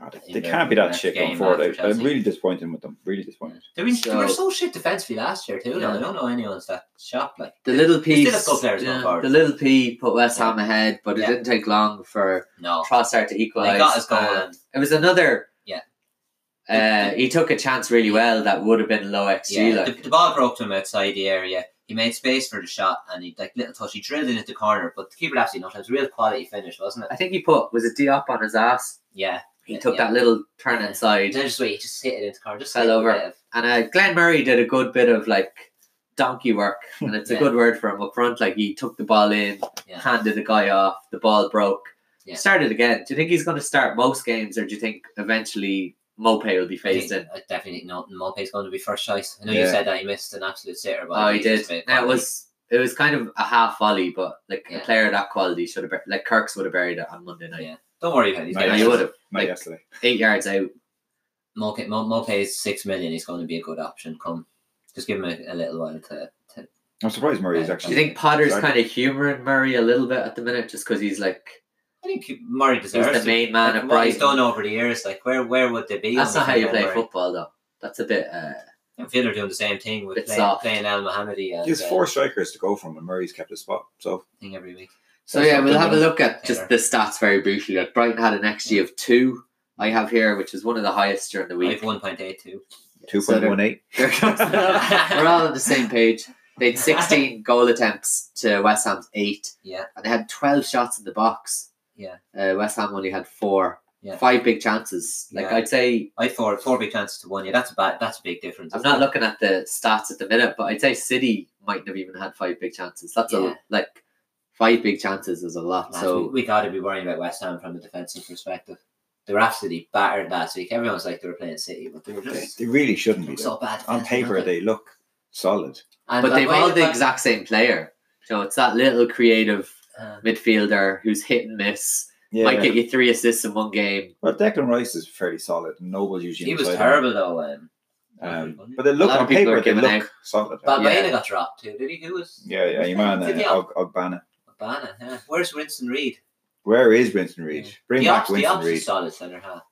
God, ah, they- in they their- can't be in that their shit going game forward. after I, I'm Chelsea. really disappointed with them. Really disappointed. They were, they were So- so shit defensively last year too. Now I don't know anyone's that shop like The little They piece, still have good players going forward. the little P put West Ham ahead, but it Yeah. didn't take long for no. Trossard to equalise. uh, They got his goal and and It was another. Yeah. Uh, he took a chance really well that would have been low XG. yeah, the, like. the ball broke to him outside the area. He made space for the shot and he like little touch. He drilled in at the corner, but the keeper absolutely nothing. It was a real quality finish, wasn't it? I think he put was it Diop on his ass. Yeah. He Yeah, took yeah. that little turn Yeah. He inside, did just wait. He just hit it into the corner. Just Fell a little over. bit of- and uh, Glenn Murray did a good bit of like donkey work, and it's a Yeah. good word for him up front. Like he took the ball in, Yeah. handed the guy off, the ball broke, Yeah. started again. Do you think he's going to start most games, or do you think eventually Mope will be I phased in? think- I uh, definitely think Nol- Mulpey's going to be first choice. I know you Yeah. said that he missed an absolute sitter, but Oh, he he's did. just made Now it quality. was it was kind of a half volley, but like a Yeah. player of that quality should have bur- like Kirk's would have buried it on Monday night. Yeah. Don't worry about it. He's No, Yeah, getting he it. would have Not Like- yesterday. eight yards out. Mulcahy, Mul- Mulcahy's six million. He's going to be a good option. Come, just give him a, a little while to. to I'm surprised Murray Yeah. is Do you actually. think Potter's Exactly. kind of humouring Murray a little bit at the minute, just because he's like I think Murray deserves he's the it. main man Like, of what he's Brighton? done over the years, like where where would they be? That's on not the how you field play where- football, though. That's a bit. Uh, And Villa are doing the same thing with Bit playing, soft. playing Al Mohammedi and There's uh, four strikers to go from, and Murray's kept his spot. So thing every week. so That's yeah, we'll something have a that- look at just Taylor. the stats very briefly. Like Brighton had an XG of two. I have here, which is one of the highest during the We week. have one point eight two. two point one eight. We're all on the same page. They had 16 goal attempts to West Ham's eight. Yeah. And they had 12 shots in the box. Yeah. Uh, West Ham only had four. Yeah. Five big chances. Like, Yeah. I'd say, I had four four big chances to one. Yeah, that's a bad. That's a big difference. I'm isn't not it? looking at the stats at the minute, but I'd say City mightn't have even had five big chances. That's Yeah. a, like, five big chances is a lot. Last so, week, we got to be worrying about West Ham from a defensive perspective. They were absolutely battered last week. Everyone was like they were playing City, but they were They, just they really shouldn't be. so bad. On paper, they look solid. And but like, they've why all did the West- exact same player. So it's that little creative Uh, midfielder who's hit and miss, Yeah. might get you three assists in one game. well, Declan Rice is fairly solid, and Noble's usually. he was inside him. terrible though. Um, Um, but they look A lot on of people are paper. They giving look out. solid. Balbena yeah. got dropped too. Did he? Who was? yeah, yeah. Who's You that? man, Did he- uh, Og- Ogbonna. Balbena, yeah. Where's Winston Reed? Where is Winston Reed? Yeah. Bring the back Ops, the Winston Ops Reed. is solid centre half.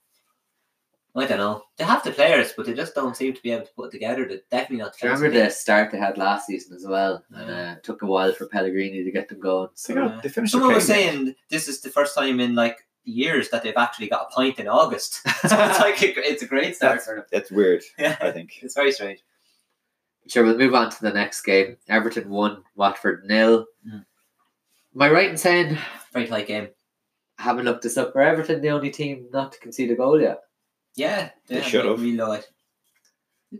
I don't know. They have the players, but they just don't seem to be able to put it together. They're definitely not. Do you remember defensively. the start they had last season as well? And Yeah. uh, it took a while for Pellegrini to get them going. So They, got, they finished. Someone okay. was saying this is the first time in like years that they've actually got a point in August. so it's like a, gr- it's a great start for them. that's weird. I Yeah, think. it's very strange. sure, we'll move on to the next game. Everton won, Watford nil. Mm. Am I right in saying Very tight game. I haven't looked this up? Were Everton the only team not to concede a goal yet? Yeah, They yeah, should re- have. Really low. it.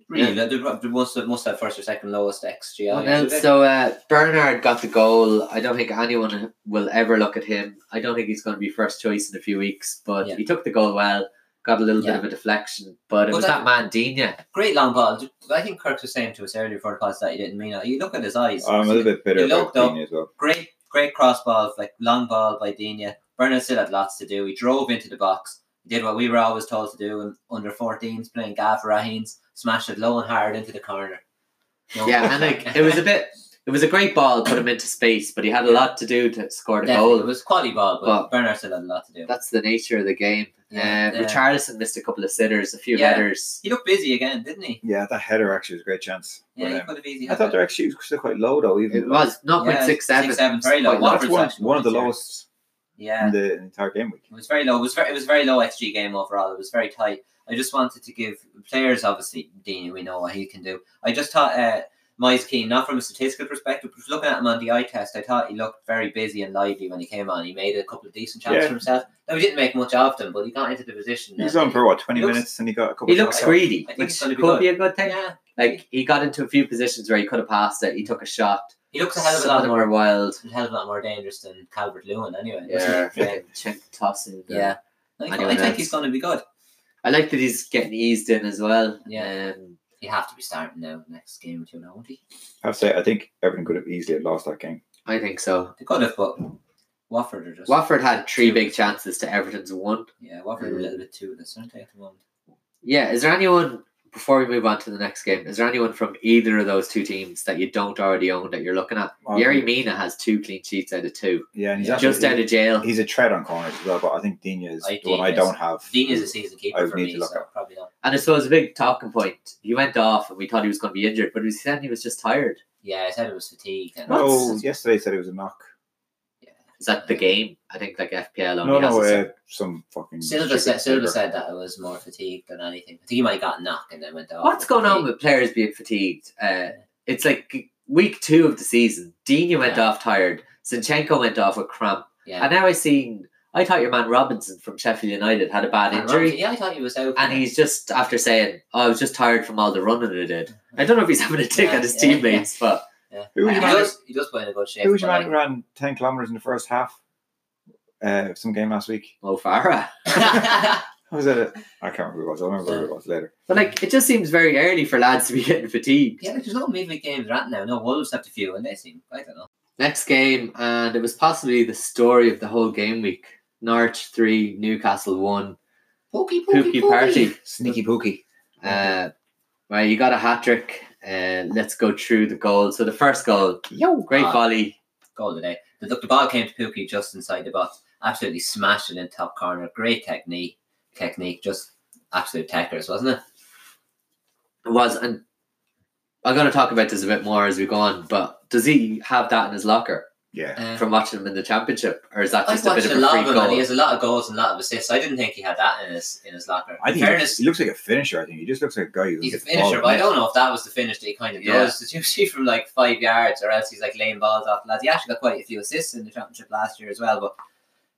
Really, low. they prob- they must have must have first or second lowest XGI. One nil. They- Oh, So uh, Bernard got the goal. I don't think anyone will ever look at him. I don't think he's going to be first choice in a few weeks, but Yeah. he took the goal well. Got a little Yeah. bit of a deflection, but it Well, was that, that- man Dina. great long ball. I think Kirk was saying to us earlier before the podcast that he didn't mean it. You look at his eyes. I'm a little bit bitter They about looked up. Dini as well. Great, great cross ball, like long ball by Dina. Bernard still had lots to do. He drove into the box, did what we were always told to do in under 14s, playing Gaffer Raheens, smashed it low and hard into the corner. No Yeah, problem. and like it was a bit. It was a great ball, put him into space, but he had a lot to do to score the Definitely, goal. It was quality ball, but, But- Bernard still had a lot to do. That's the nature of the game. Yeah, uh, yeah. Richarlison missed a couple of sitters, a few Yeah. headers. He looked busy again, didn't he? Yeah, that header actually was a great chance. Yeah, But, he um, could have easily. I had thought that. their XG was still quite low though. Even It was not point Yeah, six seven. 0.67, very low. Quite What- that's Watford's one, actually one of the good, yeah. lowest Yeah. in the entire game week. It was very low. It was very, it was a very low XG game overall. It was very tight. I just wanted to give players, obviously, Dean, we know what he can do. I just thought uh, Miles Keane, not from a statistical perspective, but looking at him on the eye test, I thought he looked very busy and lively when he came on. He made a couple of decent chances Yeah. for himself. Now, he didn't make much of them, but he got into the position. He's and- on for what twenty He looks- minutes, and he got a couple. He of looks shots off. greedy, I think which he's gonna could be be a good thing. Yeah, Like he got into a few positions where he could have passed it. He took a shot. he looks a hell of a Some of lot them more, were wild. a hell of a lot more dangerous than Calvert Lewin, anyway. Yeah, yeah. fucking chink tossing. Yeah. I, think- I Anyone think else? he's going to be good. I like that he's getting eased in as well. Yeah. Um, He have to be starting now next game or two now, won't he? I have to say, I think Everton could have easily have lost that game. I think so. They could have, but Watford are just Watford had three Two. big chances to Everton's one. Yeah, Watford are a Mm. little bit too this, aren't they, at the moment? Yeah, is there anyone before we move on to the next game, is there anyone from either of those two teams that you don't already own that you're looking at? Um, Yerry Mina has two clean sheets out of two, Yeah, and he's Yeah. actually, just out of jail. he's a tread on corners as well, but I think Dina is I the one I Dina's- don't have. Dean is a season I keeper would for need me, to look so up. probably not. And I suppose a big talking point. He went off, and we thought he was going to be injured, but he said he was just tired. Yeah, I said it was fatigued. And No, yesterday said it was a knock. Yeah. Is that the game? I think like FPL only No, has no, a uh, some fucking. Silva stupid said Silva centre. said that it was more fatigued than anything. I think he might have got knocked and then went off. What's with going on fatigue. with players being fatigued? Uh, it's like week two of the season. Dina went Yeah. off tired. Zinchenko went off with cramp. Yeah. And now I seen. I thought your man Robinson from Sheffield United had a bad And injury. Ramsey- yeah, I thought he was out. And he's just after saying, oh, "I was just tired from all the running I did." I don't know if he's having a tick Yeah, at his yeah, yeah. teammates, but yeah. Who was he, your man- does, he does play in a good shape. Who was your but man who ran 10 kilometres in the first half? Uh, some game last week. Mo Farah. like- What was it? I can't remember who it was. I'll remember who it was later. But like, it just seems very early for lads to be getting fatigued. Yeah, like, there's no midweek games right now. No, Wolves have a few, and they seem I don't know. Next game, and it was possibly the story of the whole game week. Norwich three, Newcastle one. Pookie, pookie, Pookie party. Sneaky pookie. Uh, right, you got a hat trick. Uh, let's go through the goals. So the first goal, Yo. great Ah. volley. Goal today. uh, The, look, the ball came to Pookie just inside the box. Absolutely smashed it in top corner. Great technique, technique, just absolute techers, wasn't it? It was, and I'm going to talk about this a bit more as we go on. But does he have that in his locker Yeah. Uh, from watching him in the championship, or is that I've just a bit watched of a a lot free of him, and he goal? has a lot of goals and a lot of assists. I didn't think he had that in his in his locker. I In think he looks, fairness, he looks like a finisher, I think. He just looks like a guy who he's a gets the ball finisher, in but I net. don't know if that was the finish that he kind of Yeah. does. It's usually from like five yards, or else he's like laying balls off the lads. He actually got quite a few assists in the championship last year as well, but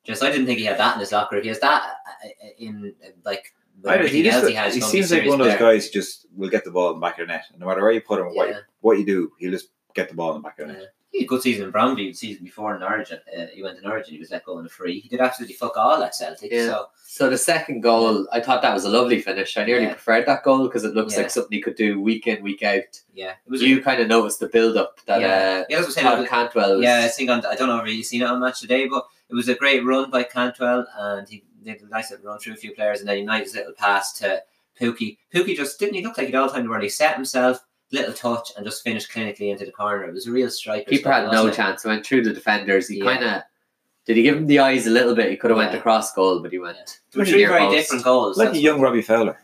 just I didn't think he had that in his locker. If he has that uh, uh, in uh, like with I don't, he everything just, else he, he has, he's gonna be seems like serious one of those player. guys who just will get the ball in the back of the net. No matter where you put him, what, Yeah. what you do, he'll just get the ball in the back of the net. Yeah. He had a good season in Bromley, the season before in Origin. Uh, he went in Origin, he was let go on a free. He did absolutely fuck all at Celtic. Yeah. So So the second goal, I thought that was a lovely finish. I nearly Yeah. preferred that goal because it looks Yeah. like something he could do week in, week out. yeah, it was. You kind of noticed the build up that yeah, uh, yeah, that's what I'm saying. It Todd was- Cantwell was. Yeah, I think on, I don't know if really seen it on match today, but it was a great run by Cantwell, and he did a nice little run through a few players, and then a nice little pass to Pookie. Pookie just didn't he look like he'd all time where he set himself, little touch, and just finished clinically into the corner. It was a real striker. keeper had no chance. Went through the defenders. He kind of did. He give him the eyes a little bit. He could have went Yeah. across goal, but he went. There were to the three near very post. different goals. Like a that's young Robbie Fowler.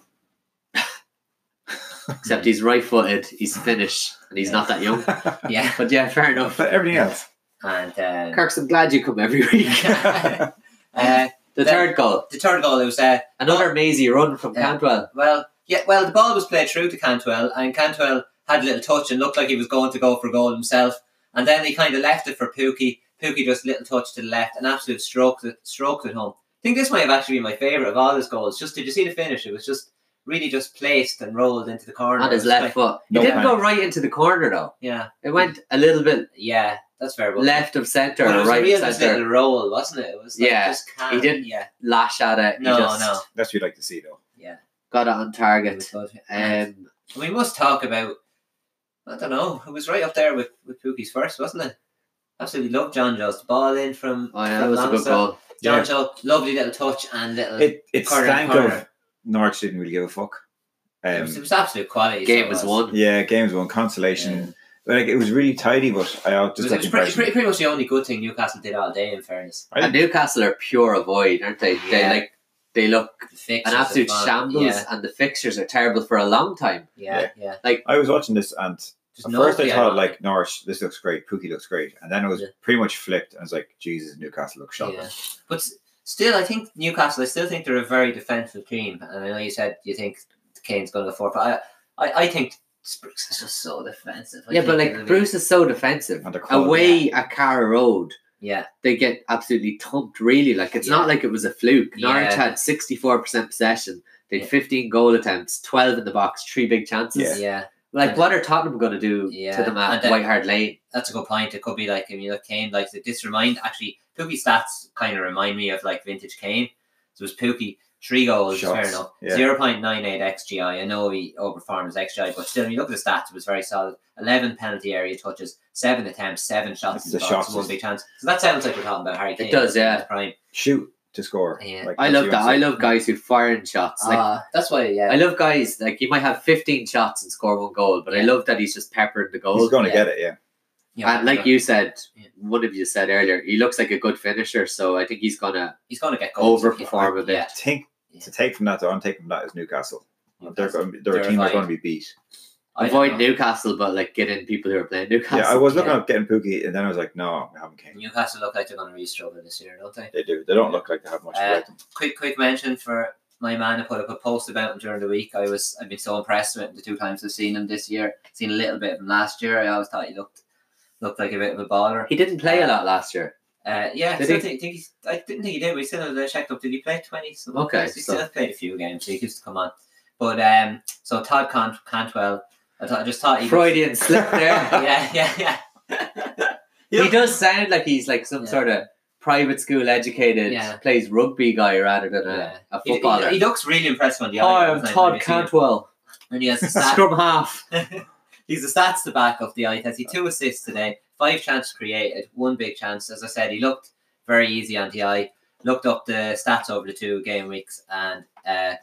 Except he's right-footed. He's Finnish, and he's not that young. what- yeah, But yeah, fair enough. but everything else. and um, Kirks, I'm glad you come every week. uh, The third goal, the third goal it was uh, another mazy run from Yeah. Cantwell. Well, yeah, well, the ball was played through to Cantwell, and Cantwell had a little touch and looked like he was going to go for goal himself. And then he kind of left it for Pookie. Pookie just little touch to the left, an absolute stroke that stroked it home. I think this might have actually been my favourite of all his goals. Just did you see the finish? It was just really just placed and rolled into the corner. On his It was left like- foot. He No didn't panic. go right into the corner though. yeah, It went a little bit yeah, that's fair. But left of centre but it or was a right real of just centre. little roll, wasn't it? It was like Yeah, just calm. he didn't- Yeah, Lash at it. he no, just no, That's what you'd like to see, though. yeah. Got it on It target. was good. Um, We must talk about. I don't know. It was right up there with with Pookie's first, wasn't it? Absolutely loved John Joe's ball in from. oh yeah, from that was a good Longstaff. goal. John Yeah. Joe, lovely little touch and little. It, It, it Corner, stank corner. of Norwich didn't really give a fuck. was, it Um, was absolute quality. so Game it was won. yeah, games won consolation. Yeah. But, like it was really tidy, but I uh, It was, just it was like pretty, impression. pretty, pretty much the only good thing Newcastle did all day. In fairness, I And think Newcastle are pure avoid, aren't they? They Yeah. like they look the fixtures an absolute have gone- shambles, Yeah, and the fixtures are terrible for a long time. yeah, yeah. Yeah. I was watching this, and Just at nobody first I had thought it. like Norwich, this looks great, Pookie looks great, and then it was Yeah. pretty much flipped, and it's like Jesus, Newcastle looks shocking. Yeah. But s- still, I think Newcastle. I still think they're a very defensive team, and I know you said you think Kane's going to go forward, but I, I, I think Spurs is just so defensive. I yeah, but think like it'll be- Bruce is so defensive. And they're cold. Away at Carrow Road, yeah, they get absolutely thumped. Really, like it's not like it was a fluke. Norwich Yeah. had sixty four percent possession. They had Yeah. fifteen goal attempts, twelve in the box, three big chances. Yeah. yeah, Like And- what are Tottenham going to do Yeah. to them at And then- White Hart Lane? that's a good point. It could be like I mean, like Kane, like this remind actually Pookie stats kind of remind me of like vintage Kane. So it was Pookie three goals, fair Shots, enough, yeah. zero point nine eight xgi. I know he overperformed his xgi, but still, when you look at the stats, it was very solid. Eleven penalty area touches, seven attempts, seven shots That's in the, the box, shots. one big chance. So that sounds like we're talking about Harry Kane. does, in yeah. his Prime. Shoot, to score. Yeah. Like, I that's love you that. and I Sid. love guys who fire in shots. Like Ah, that's why, yeah. I love guys like you might have 15 shots and score one goal, but I Yeah. love that he's just peppered the goal. He's going to yeah. get it. Yeah, yeah, and like you said, Yeah. one of you said earlier, he looks like a good finisher, so I think he's gonna he's going to get goals. overperform a bit. Yeah. I think Yeah. to take from that, though, I'm taking from that is Newcastle. They're That's- going. to be They're a They're team that's fine. going to be beat. I don't Avoid know. Newcastle, but like get in people who are playing Newcastle. Yeah, I was looking yeah. at getting Pookie, and then I was like, no, I haven't came. Newcastle look like they're going to really struggle this year, don't they? They do. They don't look like they have much. Uh, about them. quick quick mention for my man who put up a post about him during the week. I was I've been so impressed with him the two times I've seen him this year. Seen a little bit of him last year. I always thought he looked looked like a bit of a baller. He didn't play a lot last year. Uh, yeah, Did I still he? think, think he's, I didn't think he did. We still haven't checked up. Did he play twenty? So Okay, he still so- has played a few games. So he used to come on. But um, so Todd Cant- Cantwell, I, thought, I just thought he was- Freudian slip there. yeah, yeah, yeah. he does sound like he's like some Yeah. sort of private school educated, Yeah. plays rugby guy rather than a, Yeah. a He, footballer. he- he looks really impressive on the oh, eye. I'm Todd Cantwell, and he has the stat- scrum half. He's the stats to back up the eye test. He two assists today, five chances created, one big chance. As I said, he looked very easy on the eye. Looked up the stats over the two game weeks, and uh,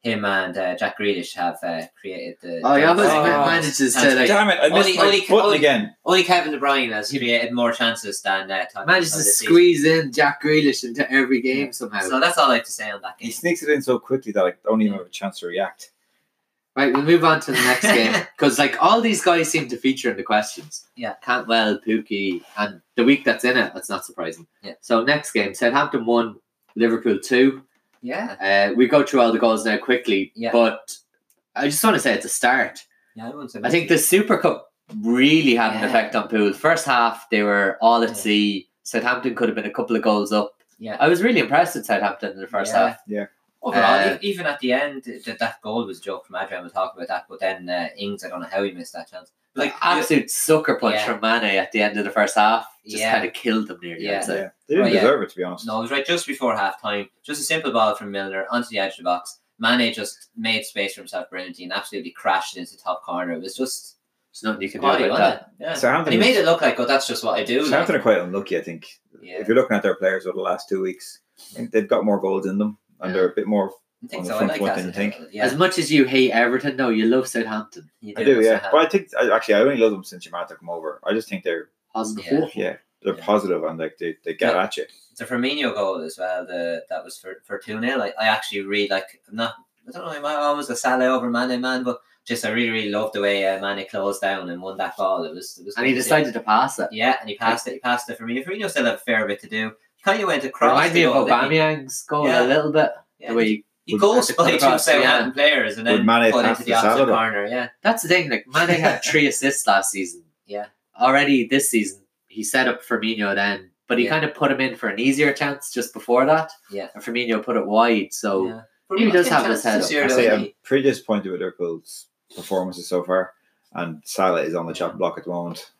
him and uh, Jack Grealish have uh, created the. Oh, he almost Oh. manages to like Damn it! I missed Only- my only- button only- again. Only Kevin De Bruyne has created more chances than uh, Todd manages Cantwell to this season. squeeze in Jack Grealish into every game somehow. So that's all I have to say on that He game. sneaks it in so quickly that I don't even have a chance to react. right, we'll move on to the next game because like all these guys seem to feature in the questions. Yeah. Cantwell, Pookie, and the week that's in it. That's not surprising. Yeah. So next game, Southampton one, Liverpool two. Yeah, Uh, we go through all the goals now quickly, Yeah. but I just want to say it's a start. yeah, I wouldn't say I think the Super Cup really had an Yeah. effect on Poole. First half, they were all at Yeah. sea. Southampton could have been a couple of goals up. Yeah. I was really impressed with Southampton in the first Yeah. half. Overall, Uh, e even at the end, th- th- that goal was a joke from Adrian. We'll talk about that, but then uh, Ings, I don't know how he missed that chance. Like, Like absolute sucker punch Yeah. from Mane at the end of the first half just Yeah. kind of killed them nearly. Yeah. I'd say. yeah, they didn't Well, Oh, yeah. deserve it to be honest. No, it was right just before half time. Just a simple ball from Milner onto the edge of the box. Mane just made space for himself brilliantly and absolutely crashed into the top corner. It was just There's nothing you can do quality, about wasn't that. it? Yeah. and Southampton, he made was- it look like, oh, that's just what I do. Like, Southampton are quite unlucky. I think yeah, if you're looking at their players over the last two weeks, I think they've got more goals in them, and Yeah. they're a bit more I think on the so. I front like foot, that. didn't think. Yeah, As much as you hate Everton, though, you love Southampton. you I do, also yeah. have- But I think I, actually I only love them since Yamada come over. I just think they're Hasn't Yeah. yeah. yeah they're Yeah. positive and like they, they get Yeah. at you. the Firmino goal as well. The that was for for two 0 Like I actually really like. I'm not. I don't know. I'm almost a Salah over Mane man, but just I really really loved the way uh, Mane closed down and won that ball. It was. It was And he good to see. decided to pass it. Yeah, and he passed it. He passed it for me. Firmino still had a fair bit to do. Kind of went across. Reminds the me of goal, didn't he? Aubameyang's goal Yeah. a little bit. Yeah, The way he- he goes Would- by two across, yeah. Southampton players and then Would Mane put pass into the to opposite Salah? corner. Yeah, That's the thing. Like Mane had three assists last season. Yeah. Already this season, he set up Firmino then, but he Yeah. kind of put him in for an easier chance just before that. Yeah. And Firmino put it wide, so yeah. He does have his chances head this up. year, I um, though, say isn't I'm he? pretty disappointed with Liverpool's performances so far, and Salah is on the chopping block at the moment.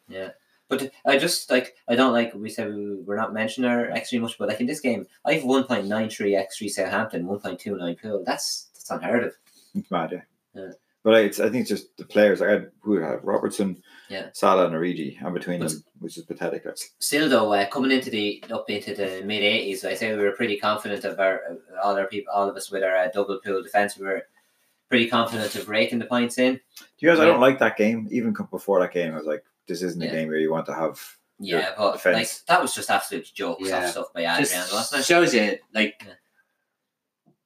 But I just like I don't like we said we- we're not mentioning our XG much, but like in this game, I have one point nine three XG Southampton, one point two nine Pool. That's that's unheard of. It's mad, yeah. Yeah. But I, it's, I think it's just the players. Like I had, who would I have Robertson, Yeah. Salah, and Origi, and between But- them, which is pathetic. Like, Still though, uh, coming into the up into the mid eighties, I say we were pretty confident of our uh, all our people, all of us with our uh, double pool defense. We were pretty confident of raking the points in. do you guys? I Yeah. don't like that game. Even co- before that game, I was like, this isn't a Yeah. game where you want to have. Yeah, Yeah, but defense. like that was just absolute jokes Yeah. off stuff by Adrian, wasn't it? just shows you like Yeah.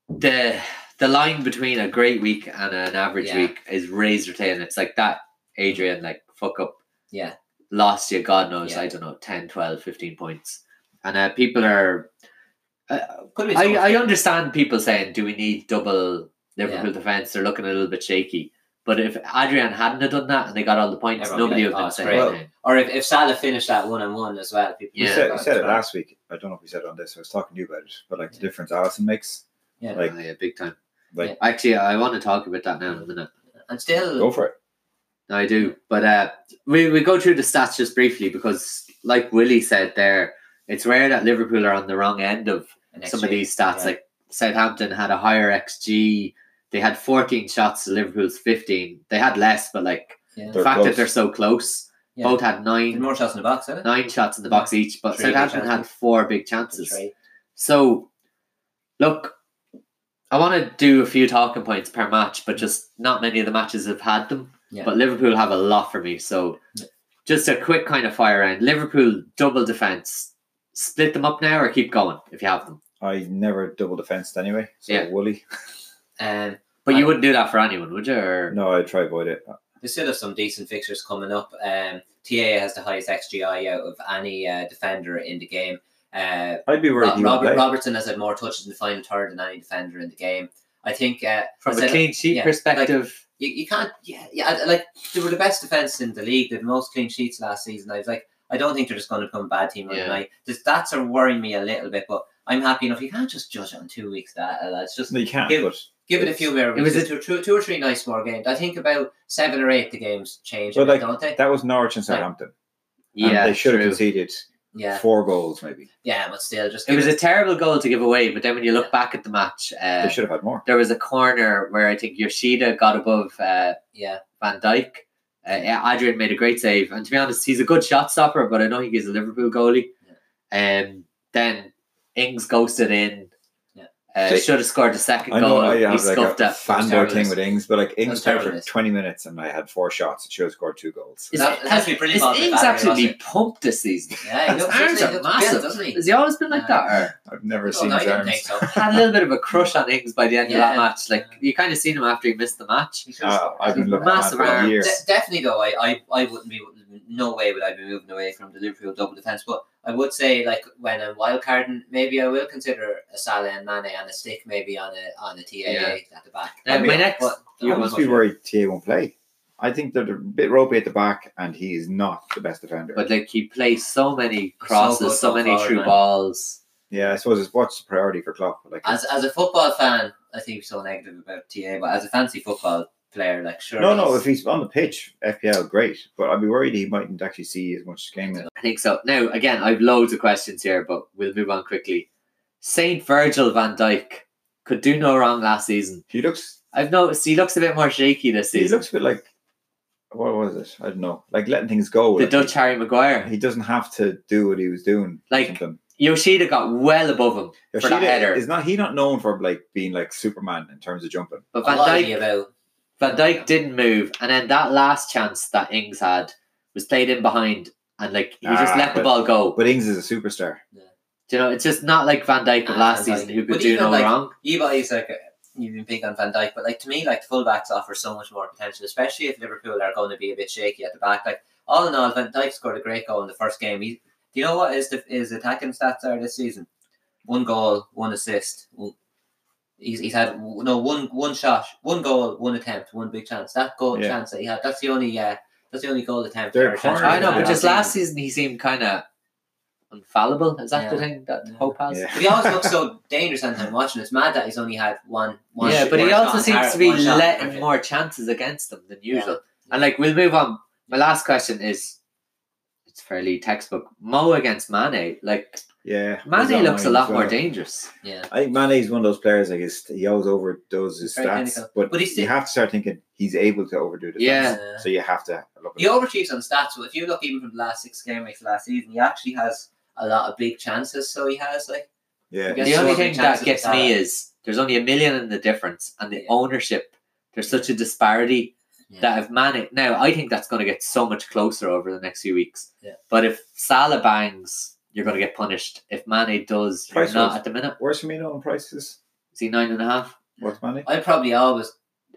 the the line between a great week and an average Yeah. week is razor thin. It's like that Adrian like fuck up. Yeah. Lost you, God knows, Yeah. I don't know, 10, 12, 15 points. And uh, people are Could be. I, I understand people saying, do we need double Liverpool defence? They're looking a little bit shaky. But if Adrian hadn't have done that and they got all the points, Everyone would nobody be would have been saying like, "Oh, it's great." anything. or if, if Salah finished that one on one as well, people Yeah. we said, we said it last week. I don't know if we said it on this. I was talking to you about it, but like the Yeah. difference Allison makes. Yeah. Like, Oh, yeah, big time. like- Actually, I want to talk about that now in a minute. and still go for it. No, I do. But uh, we, we go through the stats just briefly because, like Willie said there, it's rare that Liverpool are on the wrong end of an extra- some of these stats. yeah. Like Southampton had a higher XG. They had 14 shots to Liverpool's 15. They had less, but like Yeah. the They're fact close. that they're so close, Yeah. both had Did nine more shots in the box, isn't it? nine shots in the box each, but Three big Southampton had chances. four big chances. Three. So Look, I want to do a few talking points per match, but just not many of the matches have had them. Yeah. But Liverpool have a lot for me, so just a quick kind of fire round. Liverpool double defense. Split them up now or keep going if you have them. I never double defensed anyway. So Yeah. woolly. Um, But I- you wouldn't do that for anyone, would you? Or No, I try avoid it. they still have some decent fixtures coming up. Um, TA has the highest XGI out of any uh, defender in the game. Uh, I'd be worried. Ro- he won't Robert, play. Robertson has had more touches in the final third than any defender in the game. I think uh, from I a said- clean sheet yeah, perspective, you, you can't. Yeah, yeah. I- Like they were the best defense in the league. They had the most clean sheets last season. I was like, I don't think they're just going to become a bad team Yeah. overnight. The stats are worrying me a little bit, but I'm happy enough. You can't just judge it on two weeks. That uh, it's just No, you can't. Give- but give it a few more. It was weeks. It was two, two, two or three nice more games. I think about seven or eight. The games change, a Well, bit, like, don't they? that was Norwich and Southampton. yeah, and um, they should have true. conceded yeah, four goals, maybe. yeah. But still, just It give was a terrible goal to give away, but then when you look back at the match, uh, They should have had more. there was a corner where I think Yoshida got above uh, yeah. Van Dyke. Uh, yeah, Adrian made a great save, and to be honest, he's a good shot stopper. But I don't think he's a Liverpool goalie. Um, then Ings ghosted in. Yeah. Uh, See, should have scored the second I goal. know I he have like scuffed a that. fanboy thing with Ings, but like Ings was played for terrible. 20 minutes and I had four shots. It should have scored two goals. Is, That- that's been pretty is positive, Ings Barry, absolutely wasn't pumped this season? Yeah, he His looks, arms looks, are looks massive. built, doesn't he? Has he always been like that? Or? I've never Oh, seen no, I his didn't arms. think so. had a little bit of a crush on Ings by the end of that Yeah. match. Like you kind of seen him after he missed the match. He should've Uh, scored. I've been looking at Massive it for arms. years. De- definitely, though, I, I, I wouldn't be, no way would I be moving away from the Liverpool double defence. But I would say, like, when I'm wildcarding, maybe I will consider a Salah and Mane and a stick maybe on a on a TAA at the back. Now, I mean, my next, But You I must would- be worried TA won't play. I think they're a bit ropey at the back and he is not the best defender. but like he plays so many good crosses, so, so many far, true man. balls. yeah, I suppose it's what's the priority for Klopp. Like, As, as a football fan, I think we're so negative about TA, but as a fancy football player, like, sure. no, no, he's- if he's on the pitch, FPL, great. But I'd be worried he mightn't actually see as much game. minutes. I think so. Now again, I've loads of questions here, but we'll move on quickly. Saint Virgil Van Dyke could do no wrong last season. He looks I've noticed he looks a bit more shaky this he season. looks a bit like what was it? I don't know. Like letting things go. The Like, Dutch Harry Maguire. He doesn't have to do what he was doing. Like, something. Yoshida got well above him, for that header. is not he not known for like being like Superman in terms of jumping? but a Van lot of Dyke me about Van Dyke didn't move, and then that last chance that Ings had was played in behind, and like he just Ah, let the but- ball go. But Ings is a superstar. Do you know, it's just not like Van Dyke of Ah, last Van Dijk. season who could But do even, no like, wrong. you guys like you've been big on Van Dyke, but like to me, like fullbacks offer so much more potential, especially if Liverpool are going to be a bit shaky at the back. Like all in all, Van Dyke scored a great goal in the first game. He, do you know what his his attacking stats are this season? One goal, one assist. One, he's, he's had no one one shot, one goal, one attempt, one big chance. That goal Yeah. chance that he had. That's the only. Uh, that's the only goal attempt. They're or attempt corners I know, Yeah. but just last season he seamed kind of infallible. Is that the Yeah. thing that Yeah. Pope has? Yeah. But he always looks so dangerous on time watching. It's mad that he's only had one. one yeah, shot- but he one also shot seems on to be target, one shot on letting target. more chances against them than usual. Yeah. And like, we'll move on. My last question is, it's fairly textbook. Mo against Mane, like Yeah, he's Mane on looks a mine lot as more well. dangerous. Yeah. I think Mane's one of those players. Like his, he always overdoes his Very stats, clinical. but, But he's you still- have to start thinking he's able to overdo the Yeah. stats. So you have to look at He overachieves on stats, but if you look even from the last six game weeks last season, he actually has a lot of big chances. So he has like Yeah, Yeah, the so only many thing that chances gets of me that. is there's only a million in the difference, and the Yeah. ownership. There's such a disparity Yeah. that if Mane now, I think that's going to get so much closer over the next few weeks. Yeah. But if Salah bangs, you're going to get punished. If Mane does, you're Price not was- at the minute. Where's Firmino on prices? Is he nine and a half? What's Mane? I probably always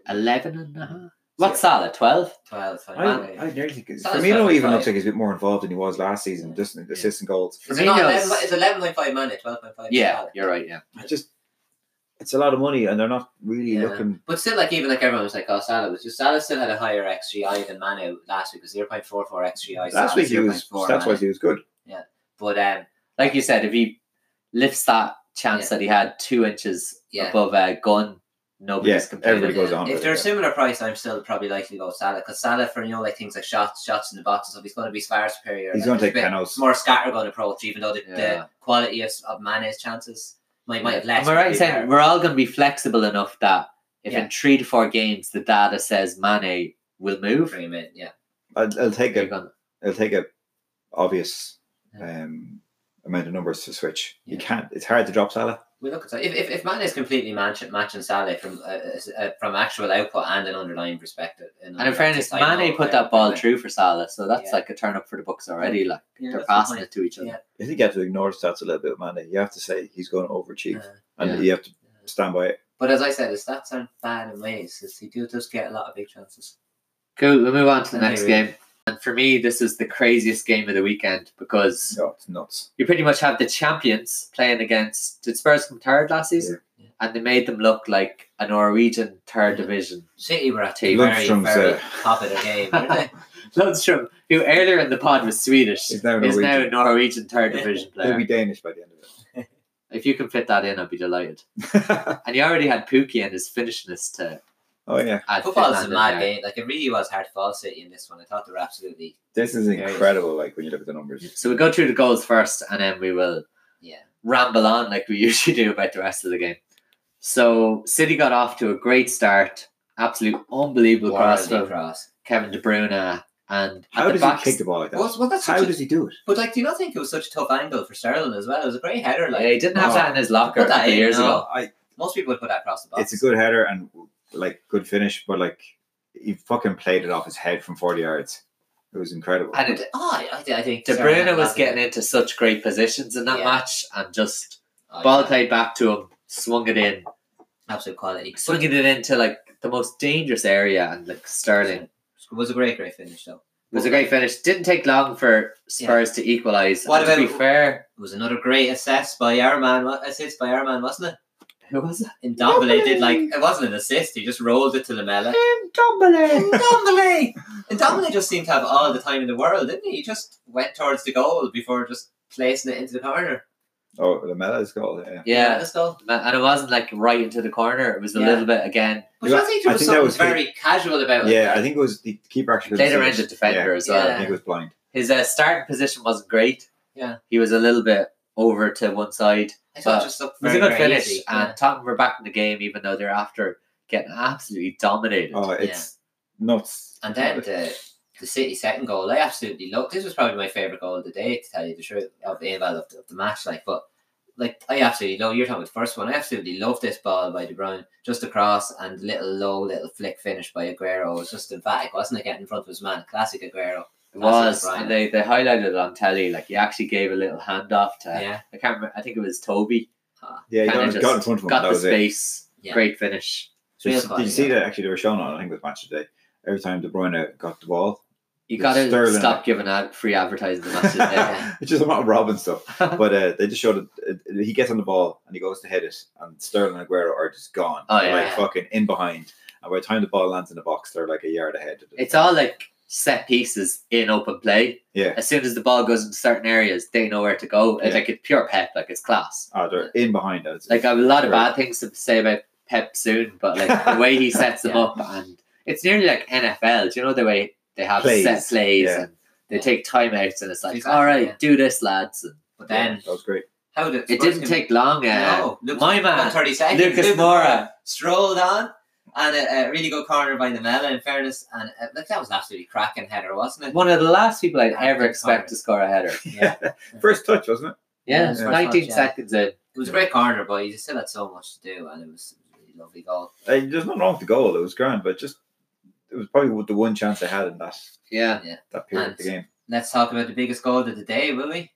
Eleven and a half? What's Salah? Twelve? twelve. I, I, I nearly think it's, Salah's Firmino probably even five. looks like he's a bit more involved than he was last season, just in the assists and goals. Is it not Firmino's- 11, it's eleven point five minute, twelve point five. Yeah, you're right. Yeah, I just, it's a lot of money, and they're not really Yeah. looking. But still, like even like everyone was like, "Oh, Salah was just Salah still had a higher XGI than Manu last week. It was zero point four four XGI. Last Salah week he was. 0.4 That's why Mane. he was good. But um, like you said, if he lifts that chance Yeah. that he had two inches Yeah. above a gun, nobody's Yeah, complaining. everybody goes on with If it, they're a yeah. similar price, I'm still probably likely to go with Salah because Salah for you know like things like shots, shots in the box and stuff. He's going to be far superior. He's Like, going to there's a take bit penalties. more scattergun approach, even though the, Yeah. the quality of, of Mane's chances might might have less. Am I right in but saying they're- we're all going to be flexible enough that if Yeah. in three to four games the data says Mane will move, frame it, Yeah, I'll, I'll take you're a. going I'll take a obvious um, amount of numbers to switch. You Yeah. can't. It's hard to drop Salah. We look at Salah. if if, if Mane is completely match, matching Salah from uh, uh, from actual output and an underlying perspective. And in fairness, oh, Mane put that ball through for Salah, so that's like a turn up for the books already. Like Yeah, they're that's the passing point. it to each other. Yeah. I think you have to ignore stats a little bit, man. You have to say he's going over cheap, Uh, and yeah. you have to stand by it. But as I said, his stats aren't bad in ways. 'cause He do, does get a lot of big chances. Cool. We'll move on to the next Anyway. game. And for me, this is the craziest game of the weekend because No, it's nuts. you pretty much have the champions playing against did Spurs come third last season, Yeah. and they made them look like a Norwegian third Yeah. division. City were at a Team. very, Lundstrom's, very eh? uh, top of the game, weren't they? Lundstrom, who earlier in the pod was Swedish, He's now is now a Norwegian. Norwegian third Yeah. division He'll player. be Danish by the end If you can fit that in, I'd be delighted. of it. And he already had Pookie and his finishness to oh yeah, add. Football is Finland a in mad there. game. Like, it really was hard to follow City in this one. I thought they were absolutely, this is Yeah, it's- incredible. Like when you look at the numbers. So we go through the goals first, and then we will yeah. ramble on like we usually do about the rest of the game. So City got off to a great start, absolute unbelievable cross wildly from cross. Kevin De Bruyne, and at How the does back, he kick the ball like that? Well, well, that's How such a- does he do it? But, like, do you not think it was such a tough angle for Sterling as well? It was a great header. Like, yeah, he didn't have Oh. that in his locker a Put that couple in, years no. ago. I most people would put that across the box. it's a good header and like good finish, but like he fucking played it off his head from forty yards. It was incredible. And it, Oh, I, I, thi- I think De Sterling Bruyne had was nothing. getting into such great positions in that Yeah. match, and just Oh, ball yeah. played back to him, swung it in, absolute quality. But swinging it into like the most dangerous area, and like Sterling. It was a great, great finish though. It was a great finish. Didn't take long for Spurs to equalise. What and to be about- fair, It was another great assist by our man. wa- Assist by our man, wasn't it? who was it? And Dombele did like Dombele. it wasn't an assist. He just rolled it to Lamella. Dumbledore. Dombele. And Dombele just seemed to have all the time in the world, didn't he? He just went towards the goal before just placing it into the corner. oh, Lamella's goal. Yeah. Yeah, this goal. man, and it wasn't like right into the corner. It was a Yeah. little bit again But Yeah, I think there I was think that something was his- very casual about it. Yeah, I think it was the keeper actually. couldn't played around see the it. defender as well. Yeah, I think it was blind. His uh, starting position wasn't great. Yeah. he was a little bit over to one side. I thought but it just looked It was very, a good very finish, easy. and Tottenham were back in the game, even though they're after getting absolutely dominated. Oh, it's nuts. And then the, the City second goal, I absolutely loved. This was probably my favourite goal of the day, to tell you the truth, of the, well, of the, of the match. Like, but like I absolutely love. You're talking about the first one. I absolutely love this ball by De Bruyne, just across and little low, little flick finish by Aguero. It was just emphatic, wasn't it? Getting in front of his man, classic Aguero. it That's was, it, Brian. and they, they highlighted it on telly. Like he actually gave a little handoff to. Yeah, I can't. Remember, I think it was Toby. yeah, he kinda got, just got in front of him. Got that the was it. space. Yeah. Great finish. Did you, Real did you see class, yeah. that actually they were showing on? I think it was match today. Every time De Bruyne got the ball, You It's got to Sterling. stop giving ad- free advertising to matches. there. Yeah. it's just a lot of Robin stuff. But uh, they just showed it, it- He gets on the ball and he goes to hit it, and Sterling and Aguero are just gone. Oh, They're, yeah. like fucking in behind. And by the time the ball lands in the box, they're like a yard ahead. It's all like set pieces in open play. Yeah. As soon as the ball goes into certain areas, they know where to go. It's Yeah. like it's pure Pep, like it's class. Oh, they're in behind us. Like I have a lot of Right. bad things to say about Pep soon, but like the way he sets them Yeah. up, and it's nearly like NFL. Do you know the way they have Plays, set plays yeah. and they Yeah. take timeouts, and it's like, Exactly, all right, yeah. do this, lads. And but Yeah, then that was great. how did it didn't take long. Uh, No, Lucas, my man, thirty seconds. Lucas Moura. strolled on, and a, a really good corner by Namela. In fairness, and uh, look, that was an absolutely cracking header, wasn't it? One of the last people I'd ever Good expect corner. to score a header. Yeah. First touch, wasn't it? Yeah, Yeah, it's nineteen first touch, yeah. seconds in. It was a great corner, but he still had so much to do, and it was a really lovely goal. Uh, there's nothing wrong with the goal. It was grand, but just it was probably the one chance they had in that Yeah. that period of the And- game. Let's talk about the biggest goal of the day, will we?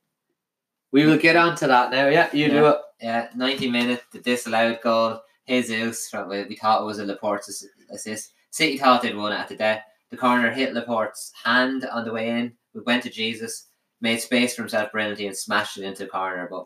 We will get on to that now. Yeah, you do it. Yeah, 90 minute, the disallowed goal. Jesus, from- we we thought it was a Laporte's ass- assist. City thought they'd won it at the death. The corner hit Laporte's hand on the way in. We went to Jesus, made space for himself brilliantly, and smashed it into the corner. But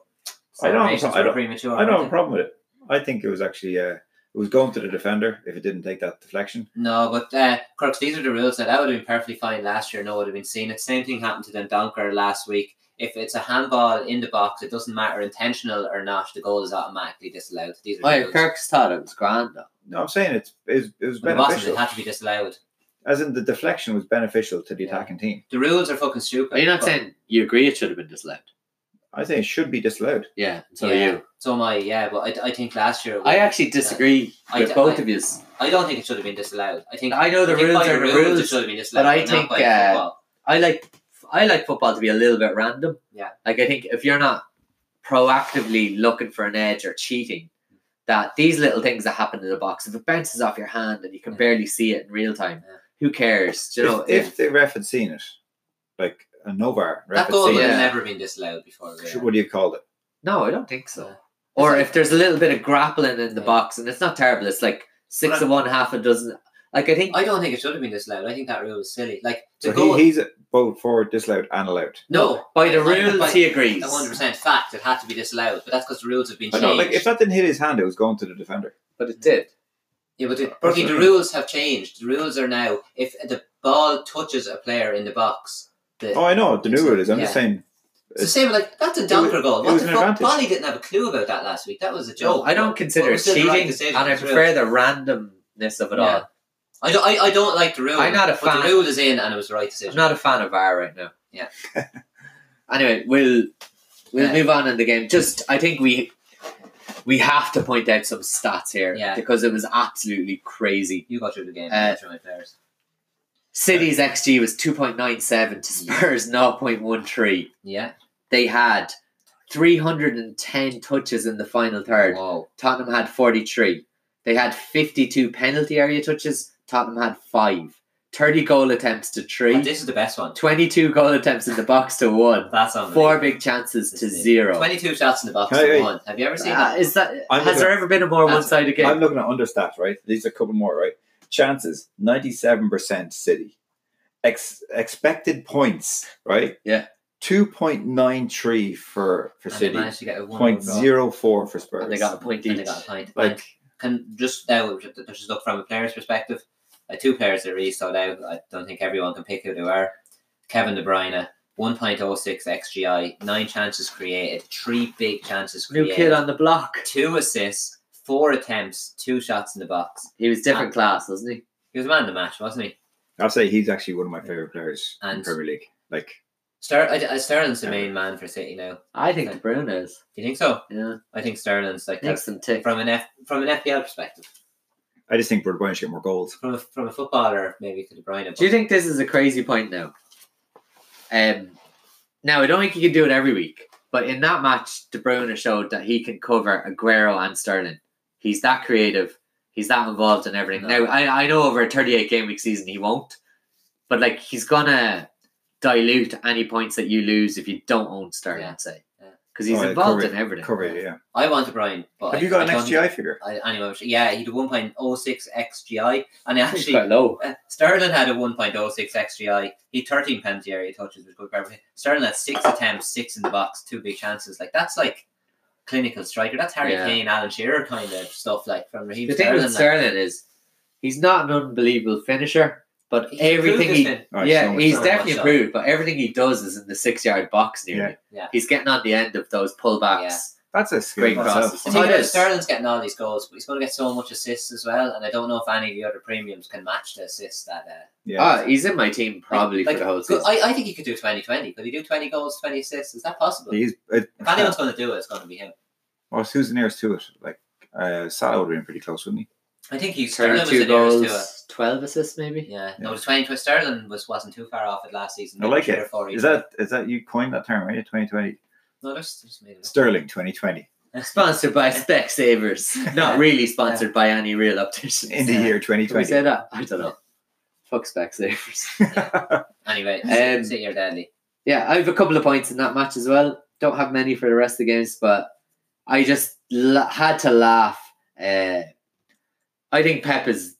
I don't- celebrations I were don't- premature. I don't weren't have a they? problem with it. I think it was actually uh, it was going to the defender if it didn't take that deflection. No, but uh, Crooks, these are the rules. Now, that would have been perfectly fine last year. No, one would have been seen. It same thing happened to Dundonker last week. If it's a handball in the box, it doesn't matter intentional or not. The goal is automatically disallowed. These are the Wait, rules. Kirk's thought it was grand though. No, I'm saying it's it was, it was But it wasn't. It beneficial. had to be disallowed. As in the deflection was beneficial to the Yeah. attacking team. The rules are fucking stupid. Are you not but- saying you agree it should have been disallowed? I think it should be disallowed. Yeah, so yeah, are you. So am I. Yeah, but I, I think last year. it was- I actually disagree I with d- both I- of you. I don't think it should have been disallowed. I think I know the I think rules by are the It rules, should have been disallowed, but I not think, by uh, football. I like I like football to be a little bit random. Yeah. Like I think if you're not proactively looking for an edge or cheating, that these little things that happen in the box, if it bounces off your hand and you can Yeah. barely see it in real time, Yeah. who cares? Do you know, if, if the ref had seen it, like a Novar ref That had goal seen would yeah. have it, never been disallowed before. sure, Really. what do you call it? no, I don't think so. Yeah. Or It's- if there's a little bit of grappling in the Yeah. box, and it's not terrible, it's like six But I- of one, half a dozen. Like I think I don't think it should have been disallowed. I think that rule is silly. Like to So go he, he's both for disallowed and allowed. no, by the I- I- rules by- he agrees. one hundred percent fact, it had to be disallowed. But that's because the rules have been I changed. know, like if that didn't hit his hand, it was going to the defender. But it did. Yeah, but the, Berkey, the rules have changed. The rules are now if the ball touches a player in the box, the, Oh, I know the new rule is. I'm just Yeah. saying. it's the same. Like that's a It dunker goal. it What was the an fuck? advantage. Bolly didn't have a clue about that last week. That was a No, joke. I don't But consider we're it still the cheating, right decision, and I it's real. prefer the randomness of it Yeah. all. I don't. I, I don't like the rule. I'm not a but fan. The rule is in, and it was the right I'm decision. not a fan of VAR right now. Yeah. anyway, we'll we'll Yeah. move on in the game. Just I think we we have to point out some stats here Yeah. because it was absolutely crazy. You got through the game. Uh, you got through my players. City's XG was two point nine seven to Yeah. Spurs zero point one three. Yeah. They had three hundred and ten touches in the final third. Whoa. Tottenham had 43. They had 52 penalty area touches. Tottenham had 5. 30 goal attempts to 3. This is the best one. 22 goal attempts in the box to 1. That's on. 4 big chances to 0. Twenty-two shots in the box. Hey, and hey. one. Have you ever seen Uh, that? is that, I'm has there ever been a more That's- one sided I'm game? looking at understats, right? These are a couple more, right? Chances, ninety-seven percent City. Ex- expected points, right? Yeah. Two point nine three for for And they City. managed to get a one Point overall, zero four for Spurs. And they got a point and each. they got a point. And like can just now just look from a player's perspective. Uh, two players that really stood out. I don't think everyone can pick who they are. Kevin De Bruyne, one point oh six xgi, nine chances created, three big chances New created, kid on the block. two assists, four attempts, two shots in the box. He was Ah. different class, wasn't he? He was a man of the match, wasn't he? I'll say he's actually one of my favorite players in And- Premier League. Like Ster- I, I, Sterling's the main man for City now. I think the Bruno is. Do you think so? Yeah. I think Sterling's like Makes that's them tick. from an F from an FPL perspective, I just think Bruyne should get more goals. from a, from a footballer maybe to De Bruyne. Do you think this is a crazy point now? Um, now I don't think he can do it every week, but in that match, De Bruyne showed that he can cover Aguero and Sterling. He's that creative. He's that involved in everything. No. Now I, I know over a thirty-eight game week season he won't, but like he's gonna dilute any points that you lose if you don't own Sterling, Yeah. say, Yeah. because he's Oh, yeah, involved cover- in everything. Cover it, yeah. I want De Bruyne. But Have I, you got I an don't- XGI figure? I, anyway, yeah, he had a 1.06 XGI, and He's actually, quite low. uh, Sterling had a 1.06 XGI. He had 13 penalty area touches with good coverage. Sterling had six attempts, six in the box, two big chances. Like that's like clinical striker. That's Harry Yeah. Kane, Alan Shearer kind of stuff. Like from Raheem The thing Sterling. with like, Sterling is he's not an unbelievable finisher, but he's everything improved he his fin- All right, so yeah, much he's time. better. definitely Much improved, but everything he does is in the six yard box nearly. Yeah. He's getting on the end of those pullbacks. Yeah. That's a skill Great in itself. crosses. The Oh, thing it about is. Sterling's getting all these goals, but he's going to get so much assists as well. And I don't know if any of the other premiums can match the assists that. Uh, Yeah. Ah, he's in my team probably like, for the whole go- season. I, I think he could do 20 20. Could he do 20 goals, 20 assists? Is that possible? he's it, If anyone's going to do it, it's going to be him. well, who's the nearest to it? Like uh Salah would have been pretty close, wouldn't he? I think he's Turner, Sterling was two the nearest to it. goals, twelve assists maybe. Yeah, no, the twenty twenty Sterling was wasn't too far off it last season. I like Three it. or four Is each. that is that you coined that term, right? Twenty twenty. no? That's just made it Sterling twenty twenty. up. Sponsored by Specsavers. Not really sponsored by any real In opticians. the Yeah. year twenty Can we twenty. say that? I don't know. Fuck Specsavers. Anyway, Um, sit your deadly. yeah, I have a couple of points in that match as well. Don't have many for the rest of the games, but I just la- had to laugh. Uh, I think Pep is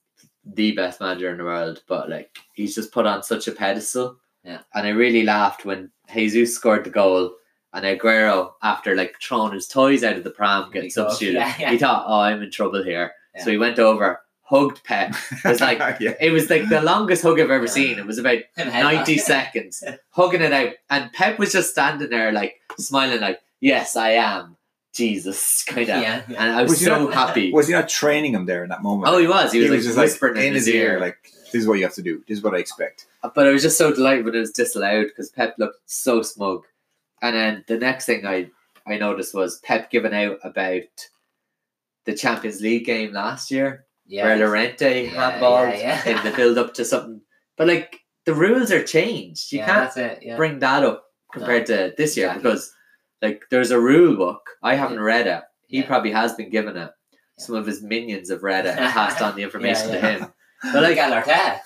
the best manager in the world, but like he's just put on such a pedestal. Yeah. And I really laughed when Jesus scored the goal and Aguero, after like throwing his toys out of the pram, getting He thought, substituted. yeah, yeah. He thought, "Oh, I'm in trouble here," so Yeah. he went over, hugged Pep. It's like- yeah. It was like the longest hug I've ever Yeah. seen. It was about Him head 90 back. seconds, hugging it out. And Pep was just standing there, like, smiling, like, yes, I am. Jesus, kind of. Yeah, yeah. And I was, Was he so not- happy. Was he not training him there in that moment? Oh, he was. He was, like, just whispering like in his ear, like this is what you have to do. This is what I expect. but I was just so delighted when it was disallowed because Pep looked so smug. And then the next thing I, I noticed was Pep giving out about the Champions League game last year Yeah. where Lorente Yeah, handballed yeah, yeah. in the build up to something. But like the rules are changed. You yeah, can't That's it. Yeah. bring that up compared to this year Exactly. because Like there's a rule book. I haven't read it. He Yeah. probably has been given it. Yeah. Some of his minions have read it and passed on the information yeah. to him. But like, Mikel Arteta.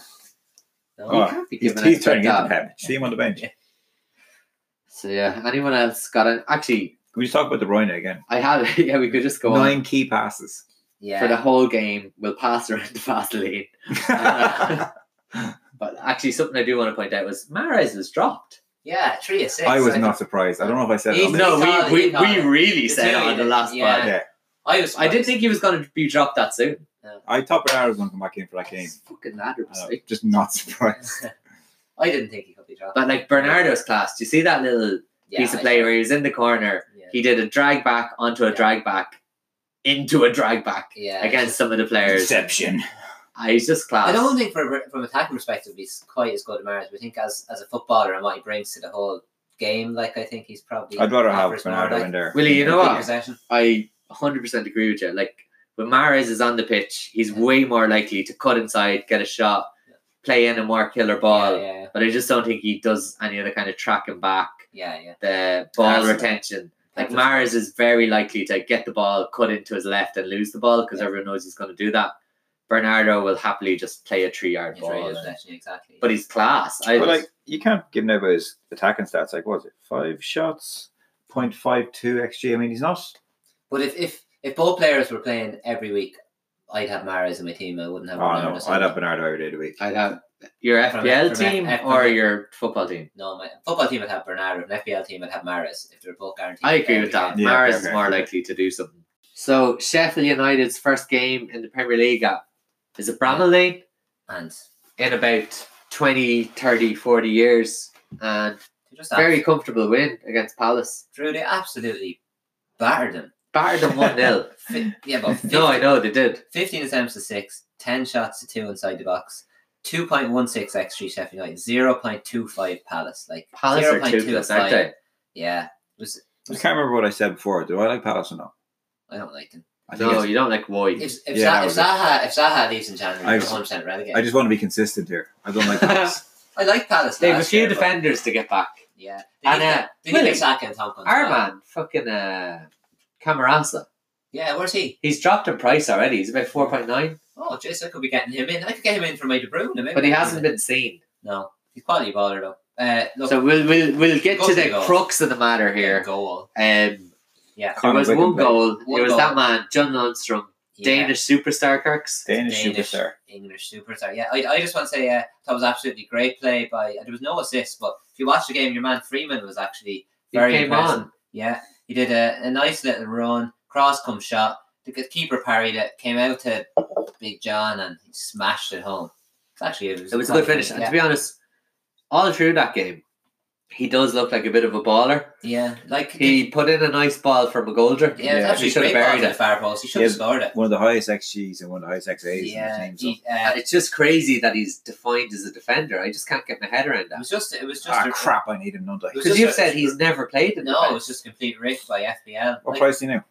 No. he Oh, can't be He's, given he's it. turning into that. Pep. See him on the bench. Yeah. So yeah, anyone else got an? Actually, Can we just talk about De Bruyne again? I had. Yeah, we could just go on Nine key passes. yeah. for the whole game. We'll pass around the Vaseline. Uh, but actually, something I do want to point out was Mares was dropped. yeah, three assists. I was think- not surprised. I don't know if I said He's it. He's no- no, not- we, he's we, not. we really It's said it really- on the last yeah. pod. Yeah, I was. I didn't think he was going to be dropped that soon. I thought Bernard was going to come back in for that game. It's fucking ladder Uh, mistake. just not surprised. I didn't think he could be dropped. But like Bernardo's class, do you see that little yeah, piece of I- play where he was in the corner? Yeah. He did a drag back onto a Yeah. drag back into a drag back yeah. against some of the players. Deception. Ah, he's just class. I don't think from from attacking perspective he's quite as good as Mares. But I think as as a footballer and what he brings to the whole game, like I think he's probably. I'd rather have offers more, Bernardo like, in there. Willie, you know complete what? possession. I 100% agree with you. Like when Mares is on the pitch, he's Yeah. way more likely to cut inside, get a shot, Yeah. play in a more killer ball. Yeah, yeah, But I just don't think he does any of the kind of tracking back, yeah, yeah. the ball Absolutely. retention. Like That's- Mares is very likely to get the ball, cut into his left, and lose the ball because Yeah. everyone knows he's going to do that. Bernardo will happily just play a three-yard Yeah, ball, trade possession, exactly. but he's class. I But like, you can't give him about his attacking stats. Like, what was it five shots, 0.52 xG? I mean, he's not. But if if if both players were playing every week, I'd have Mares in my team. I wouldn't Oh have. no, Ronaldo. I'd have Bernardo every day of the week. I'd have your From- FPL from F- team F- or from- your football team. No, my football team would have Bernardo. An FPL team would have Mares if they're both guaranteed. I to agree play with every that. game. Yeah, Maris okay, is okay. more likely to do something. So Sheffield United's first game in the Premier League uh, is at Bramall Lane And in about 20, 30, 40 years. And they just very very comfortable win against Palace. Drew. They absolutely battered them. Battered them 1 0. Fi- yeah, but 50, No, I know they did. fifteen attempts to six, 10 shots to two inside the box. 2.16 xG Sheffield United, 0.25 Palace. Like Palace are 0.25. toothless, aren't they? Yeah, I can't remember what I said before. Do I like Palace or not? I don't like them. I think No, it's- you don't like Woy. If if, Sa- Yeah, if Zaha if Zaha leaves in January, I I was- 100% relegated. I just want to be consistent here. I don't like Palace. I like Palace. They have a last few year, but- defenders to get back. Yeah, they And, need uh, to- they need Willie, to sack and Tom Cunn's Our back. man, fucking uh, Camaransa, Yeah, where's he? he's dropped in price already. He's about 4.9, Oh, Jason, I could be getting him in. I could get him in for my De Bruyne. maybe. but he hasn't been seen. No, he's quality baller though. Uh, look, So we'll we'll, we'll get Go to to the the goal. crux of the matter here. goal. Um, there Yeah, Conor was Wigan one played. goal. It One was goal. that man, John Lundstrom, yeah. Danish superstar, Kirks. Danish, Danish. superstar. English superstar. Yeah, I, I just want to say uh, that was absolutely great play by. There was no assist, but if you watch the game, your man Freeman was actually He very came impressive. on. Yeah, he did a, a nice little run, cross come shot. The g- keeper parried it, came out to Big John, and he smashed it home. It's actually it was, It was a good finish. And to Yeah, be honest, all through that game, he does look like a bit of a baller. yeah like He put in a nice ball from a goalder. Yeah, Yeah, it's he actually should have great ball buried to the it. far post. He should have Yeah. scored it. One of the highest xGs and one of the highest xAs Yeah, in the team. Ah, he, uh, And it's just crazy that he's defined as a defender. I just can't get my head around it that. was just, it was just So. Ah, a, crap! I need him, don't I? It was Because just you've a- said he's never played in No, it the was just a complete rick by FPL. What Like, uh, price do you know?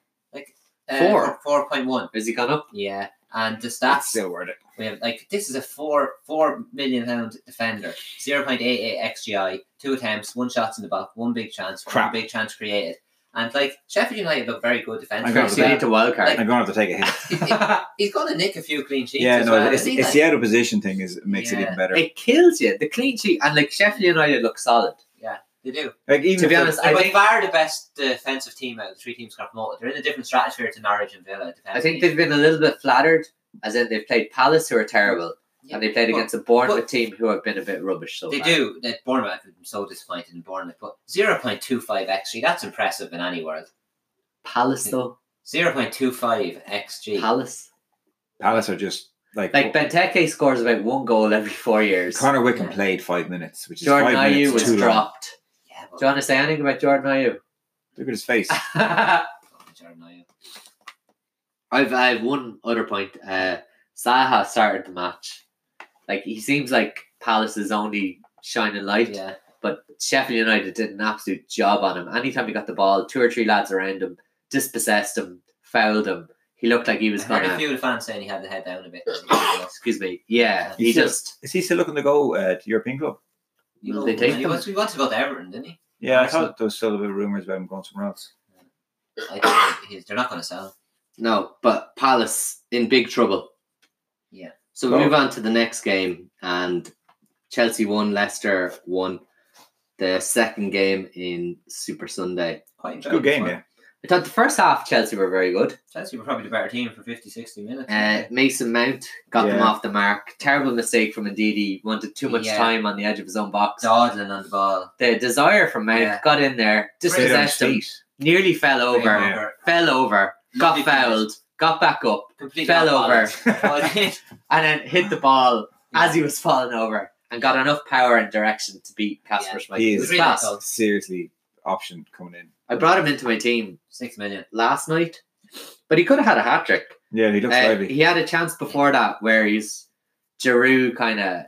Four. four point one. Has he gone up? Yeah, and the That's stats still worth it. we have like this is a four four million pound defender, zero point eight eight xgi, two attempts, one shot in the box, one big chance, Crap. one big chance created, and like Sheffield United look very good I defensively. got Kirks, as you well. need to wild I'm card. going to have to take a hit. He's going to nick a few clean sheets. yeah, as no, well, it's, isn't he? it's Like, the out of position thing is makes it Yeah. even better. it kills you. The clean sheet and like Sheffield United look solid. they do. Like even To be if honest, They're I by think far the best defensive team out of the three teams got promoted. They're in a different stratosphere to Norwich and Villa. I think defensively. they've been a little bit flattered, as in they've played Palace, who are terrible, Yeah, and they played but- against a Bournemouth but- team who have been a bit rubbish. So They far. do. That Bournemouth. I'm so disappointed in Bournemouth, but zero point two five xg. That's impressive in any world. Palace though. Zero point two five xg. Palace. Palace are just like, Like Benteke scores about one goal every four years. Connor Wickham played five minutes, which is Jordan five Ayew minutes was too long. dropped. yeah, but Do you want to say anything about Jordan Look at his face. Ayew? Oh, Jordan Ayew. I've I have one other point. Uh, Saha started the match. Like he seems like Palace's only shining light. Yeah, But Sheffield United did an absolute job on him. Anytime he got the ball, two or three lads around him dispossessed him, fouled him. He looked like he was I heard a gonna. few of the fans saying he had the head down a bit. Excuse me. Yeah, You he see- just Is he still looking to go uh, to European club? You know, They take he them. wants, he wants to go to Everton, didn't he? Yeah, I thought there was still a bit of rumours about him going somewhere else. I think he's, they're not going to sell. him. No, but Palace in big trouble. Yeah. So we Oh. move on to the next game, and Chelsea won, Leicester won the second game in Super Sunday. Quite It's a good enjoyable game, fun. yeah. I thought the first half Chelsea were very good. Chelsea were probably the better team for 50, 60 minutes. Uh, Mason Mount got them Yeah. off the mark. Terrible mistake from Ndidi. Wanted too much Yeah. time on the edge of his own box. Dawdling on the ball. The desire from Mount Yeah. got in there, Straight on his dispossessed him, feet. nearly fell over, Yeah. fell over, got Lovely finish. fouled, got back up, Completely fell off over. balance. But- and then hit the ball as he was falling over and got enough power and direction to beat Casper Yeah. Schmeichel. He It is was Really class. cool. Seriously, option coming in. I brought him into my team Six million. last night, but he could have had a hat trick. Yeah, he looks Uh, lively. he had a chance before that where he's Giroud kind of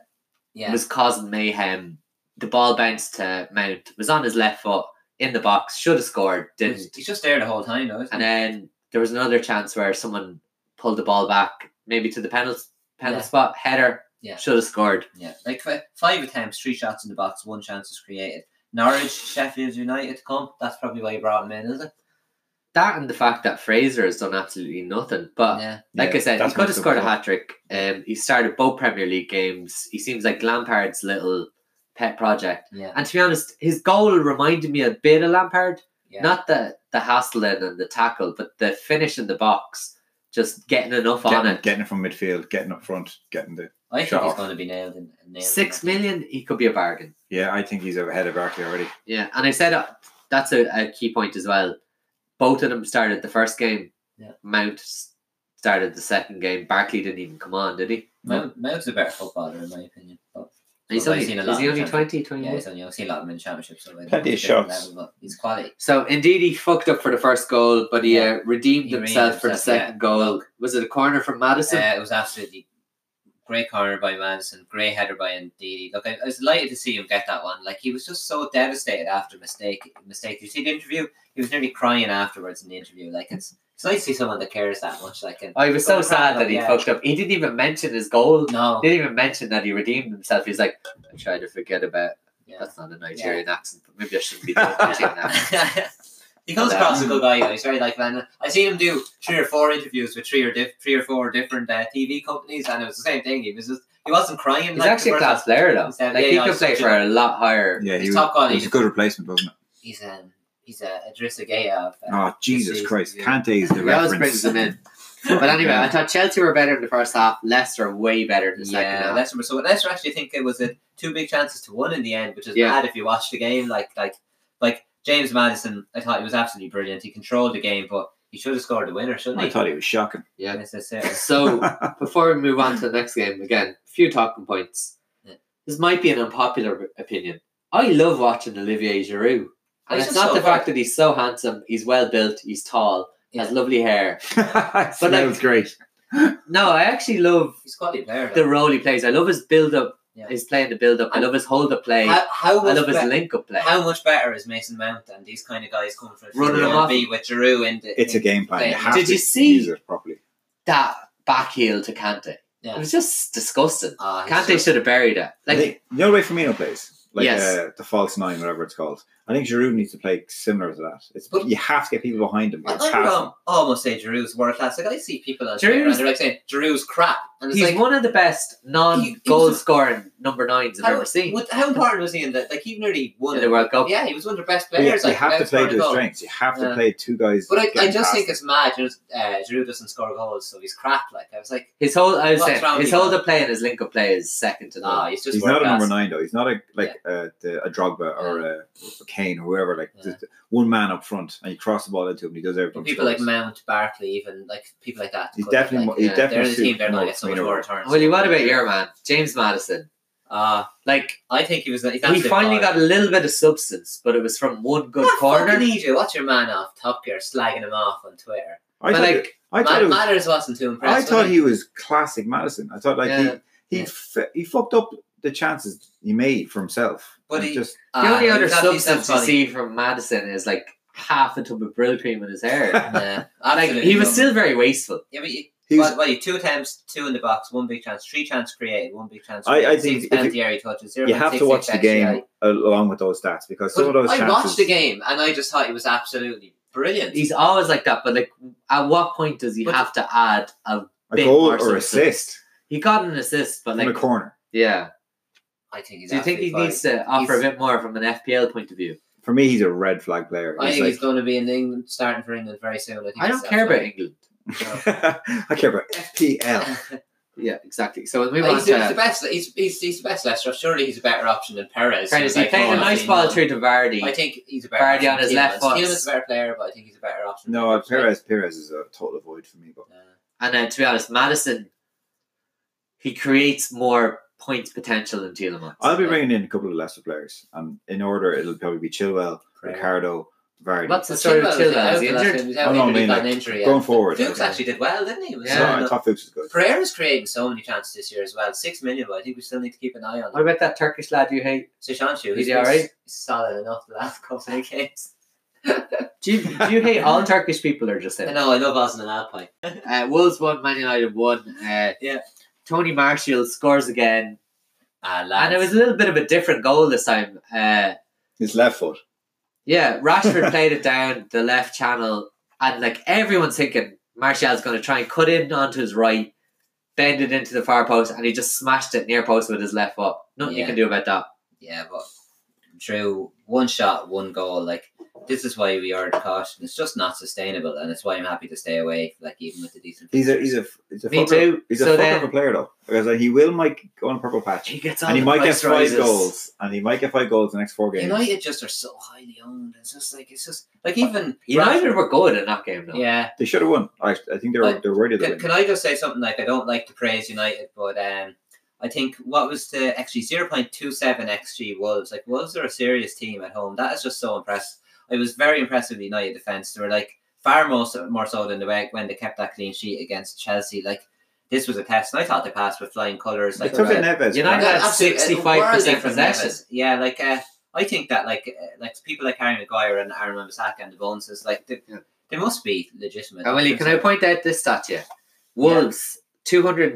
Yeah. was causing mayhem. The ball bounced to Mount, was on his left foot in the box, should have scored, He's didn't. he's just there the whole time, though, isn't And uh, he? then there was another chance where someone pulled the ball back, maybe to the penalty penalty Yeah. spot, header, Yeah. should have scored. Yeah, like fi- five attempts, three shots in the box, one chance is created. Norwich, Sheffield United come. That's probably why you brought him in, is it? That and the fact that Fraser has done absolutely nothing. But yeah, Like I Yeah, said, he that's could my have scored a support. hat trick. Um, he started both Premier League games. He seems like Lampard's little pet project. yeah, And to be honest, his goal reminded me a bit of Lampard. yeah. Not the the hassling and the tackle, but the finish in the box, just getting enough on Getting, it. getting it from midfield, getting up front, getting the. I think shut he's off. going to be nailed in. nailed in Six that. million, he could be a bargain. Yeah, I think he's ahead of Barkley already. Yeah, and I said uh, that's a, a key point as well. Both of them started the first game. Yeah. Mount s- started the second game. Barkley didn't even come on, did he? Mount, Mount's a better footballer in my opinion. But And he's Well, I've only, seen a is lot he of only Champions- 20, 21? yeah, he's only, I've seen a lot of him in championships. So I don't Plenty know of the different shots. level, but he's quality. So indeed, he fucked up for the first goal, but he uh, redeemed He redeemed himself for the himself, second goal. Was it a corner from Madison? Uh, it was absolutely great corner by Madison, great header by Ndidi. Look, I, I was delighted to see him get that one. Like he was just so devastated after mistake. Mistake. You see the interview? He was nearly crying afterwards in the interview. Like it's it's nice to see someone that cares that much. Like and oh, he was so Well, sad that he yeah. fucked up. He didn't even mention his goal. no, He didn't even mention that he redeemed himself. He's like, I tried to forget about. yeah. That's not a Nigerian accent, but maybe I shouldn't be doing Nigerian accent. he comes Yeah. across as a good guy. Though. He's very like man. I seen him do three or four interviews with three or diff- three or four different uh, TV companies, and it was the same thing. He was just he wasn't crying. He's like, the actually a first- class player though. Yeah, Like he yeah, could he's play such for a lot higher. Yeah, he He's was, top Oh, quality. it was a good replacement, wasn't it? He's um he's a Idrissa Gea. of, uh, Oh, Jesus season, Christ. yeah. Kante is the He always reference. brings him in. But anyway, I thought Chelsea were better in the first half. Leicester way better in the second Yeah, half. Leicester. were So Leicester actually think it was a two big chances to one in the end, which is Yeah. bad if you watch the game. Like like like James Madison, I thought he was absolutely brilliant. He controlled the game, but he should have scored the winner, shouldn't I he? thought he was shocking. Yeah. This is it. So before we move on to the next game, again, a few talking points. Yeah. This might be an unpopular opinion. I love watching Olivier Giroud. And He's it's just not so the good. fact that he's so handsome, he's well built, he's tall, Yeah. has lovely hair. that was great. No, I actually love He's quality player. the Like. role he plays. I love his build up, Yeah. his play in the build up. I love his hold up play. How, how I much love his be- link up play. how much better is Mason Mount and these kind of guys coming from Running him to off. be with Giroud in the It's a game plan. You Did have to you see- use it properly. That back heel to Kante. Yeah. It was just disgusting. Ah, he's Kante so- should have buried it. I Like, think, you know the way Firmino plays? Like Yes. uh, the false nine, whatever it's called. I think Giroud needs to play similar to that. It's But- You have to get people behind him. I- Pass I'm him. gonna almost say Giroud's world class. Like I see people on Twitter Giroud's- and they're like saying Giroud's crap, and it's he's like one of the best non goal was a- scoring number nines I've How- ever seen. What, how important was he in that? Like he nearly won in it. the World Cup. Yeah, he was one of the best But You, players. you like, have to without play scoring to a his goal. strengths. You have to Yeah. play two guys. But I, I getting just past think them. it's mad. Giroud, uh, Giroud doesn't score goals, so he's crap. Like I was like, His whole, I was What's saying, wrong his with Ah, whole that? the play and his link up play is second to none. nah, he's just He's world not a class. number nine though. He's not a like uh, the, a Drogba or a, a Kane or whoever. Like Yeah. just one man up front, and you cross the ball into him. and He does everything. But people like scores. Mount, Barkley, even like people like that. He's could, definitely like, mo- he yeah, they're definitely the team. suits They're not more get so much Firmino. more returns. Willie, what about your man, James Madison? Uh, Like I think he was. He's he finally got a little bit of substance, but it was from one good corner. Need you. What's your man off Top Gear slagging him off on Twitter? I But thought, like, I thought, Ma- it was, Matters wasn't too impressed. I was thought he? he was classic Madison. I thought like Yeah. he he Yeah. f- he fucked up the chances he made for himself. But And he- just Uh, the only Ah, other he's absolutely substance you funny. see from Madison is like half a tub of Brill cream in his hair. Yeah, like uh, absolutely he was lovely. still very wasteful. Yeah, but you- He was, well, well, you two attempts, two in the box, one big chance, three chance created, one big chance. I- I created, think six if penalty area touches. you have to 0.66 watch the game XGI. along with those stats because some of But those I chances. watched the game and I just thought it was absolutely brilliant. He's always like that, but like, at what point does he But- have to add a? a bit goal more or substance. assist He got an assist, but from a like, corner. yeah. I think he's. Do you think he absolutely fine. needs to offer He's- a bit more from an FPL point of view? For me, he's a red flag player. I He's think he's like, going to be in England, starting for England very soon. I, think I don't care about England. I care about FPL. Yeah, exactly. So when we uh, He's, want he's the to. best. He's, he's, he's the best Leicester. Surely he's a better option than Perez. Kind of, who's he like oh, played a going nice off ball through England. to Vardy. I think he's a better. Vardy option on than his left Tielemans. foot. Tielemans is a better player, but I think he's a better option. no, uh, than Perez. Perez. Perez is a total avoid for me. But Yeah. And uh, to be honest, Madison, he creates more points potential than Tielemans. I'll be bringing in a couple of lesser players, and in order, it'll probably be Chilwell, Perez. Ricardo, Vardy. What's the But story with Chilwell Chilwell? was Is out he the last injured? game. He's Oh, out no, I injured, mean, got an like, injury, yeah. going forward, Fuchs okay. actually did well, didn't he? It Was Yeah. So yeah. I thought Fuchs was good. Pereira's creating so many chances this year as well. Six million, but I think we still need to keep an eye on What him. about that Turkish lad you hate? Sishanchu, Is he's he alright? been solid enough the last couple of games. Do you, do you hate all Turkish people or just I him? know, I love Osman Alpine. Uh, Wolves won, Man United won. Uh, Yeah. Tony Marshall scores again, Ah, and it was a little bit of a different goal this time. Uh, His left foot. yeah, Rashford played it down the left channel, and like everyone's thinking, Martial's going to try and cut in onto his right, bend it into the far post, and he just smashed it near post with his left foot. Nothing you Yeah. can do about that. Yeah, but Drew, one shot, one goal. Like this is why we are caution. It's just not sustainable, and it's why I'm happy to stay away. Like even with the decent. He's a he's a he's a Me fucker- too. He's a So fucker then- of a player though, because like, he will might go on a purple patch, He gets all and he the might get price five rises. goals, and he might get five goals in the next four games. United just are so highly owned. It's just like it's just like even United were good in that game, though. Yeah, They should have won. I, I think they were Like, they're worried of the Can, win. can I just say something? Like I don't like to praise United, but um, I think what was the XG zero point two seven XG Wolves? Like Wolves are a serious team at home. That is just so impressive. I was very impressed with the United defense. They were like far more so, more so than the way when they kept that clean sheet against Chelsea. Like this was a test, and I thought they passed with flying colours. They Like took right. a Neves. United crack. had Absolute- 65% a world possession. difference. Yeah, like uh, I think that like uh, like people like Harry Maguire and Aaron Wan-Bissaka and the bonuses like they, Yeah. they must be legitimate. And Willie, can I point out this stat here? Wolves,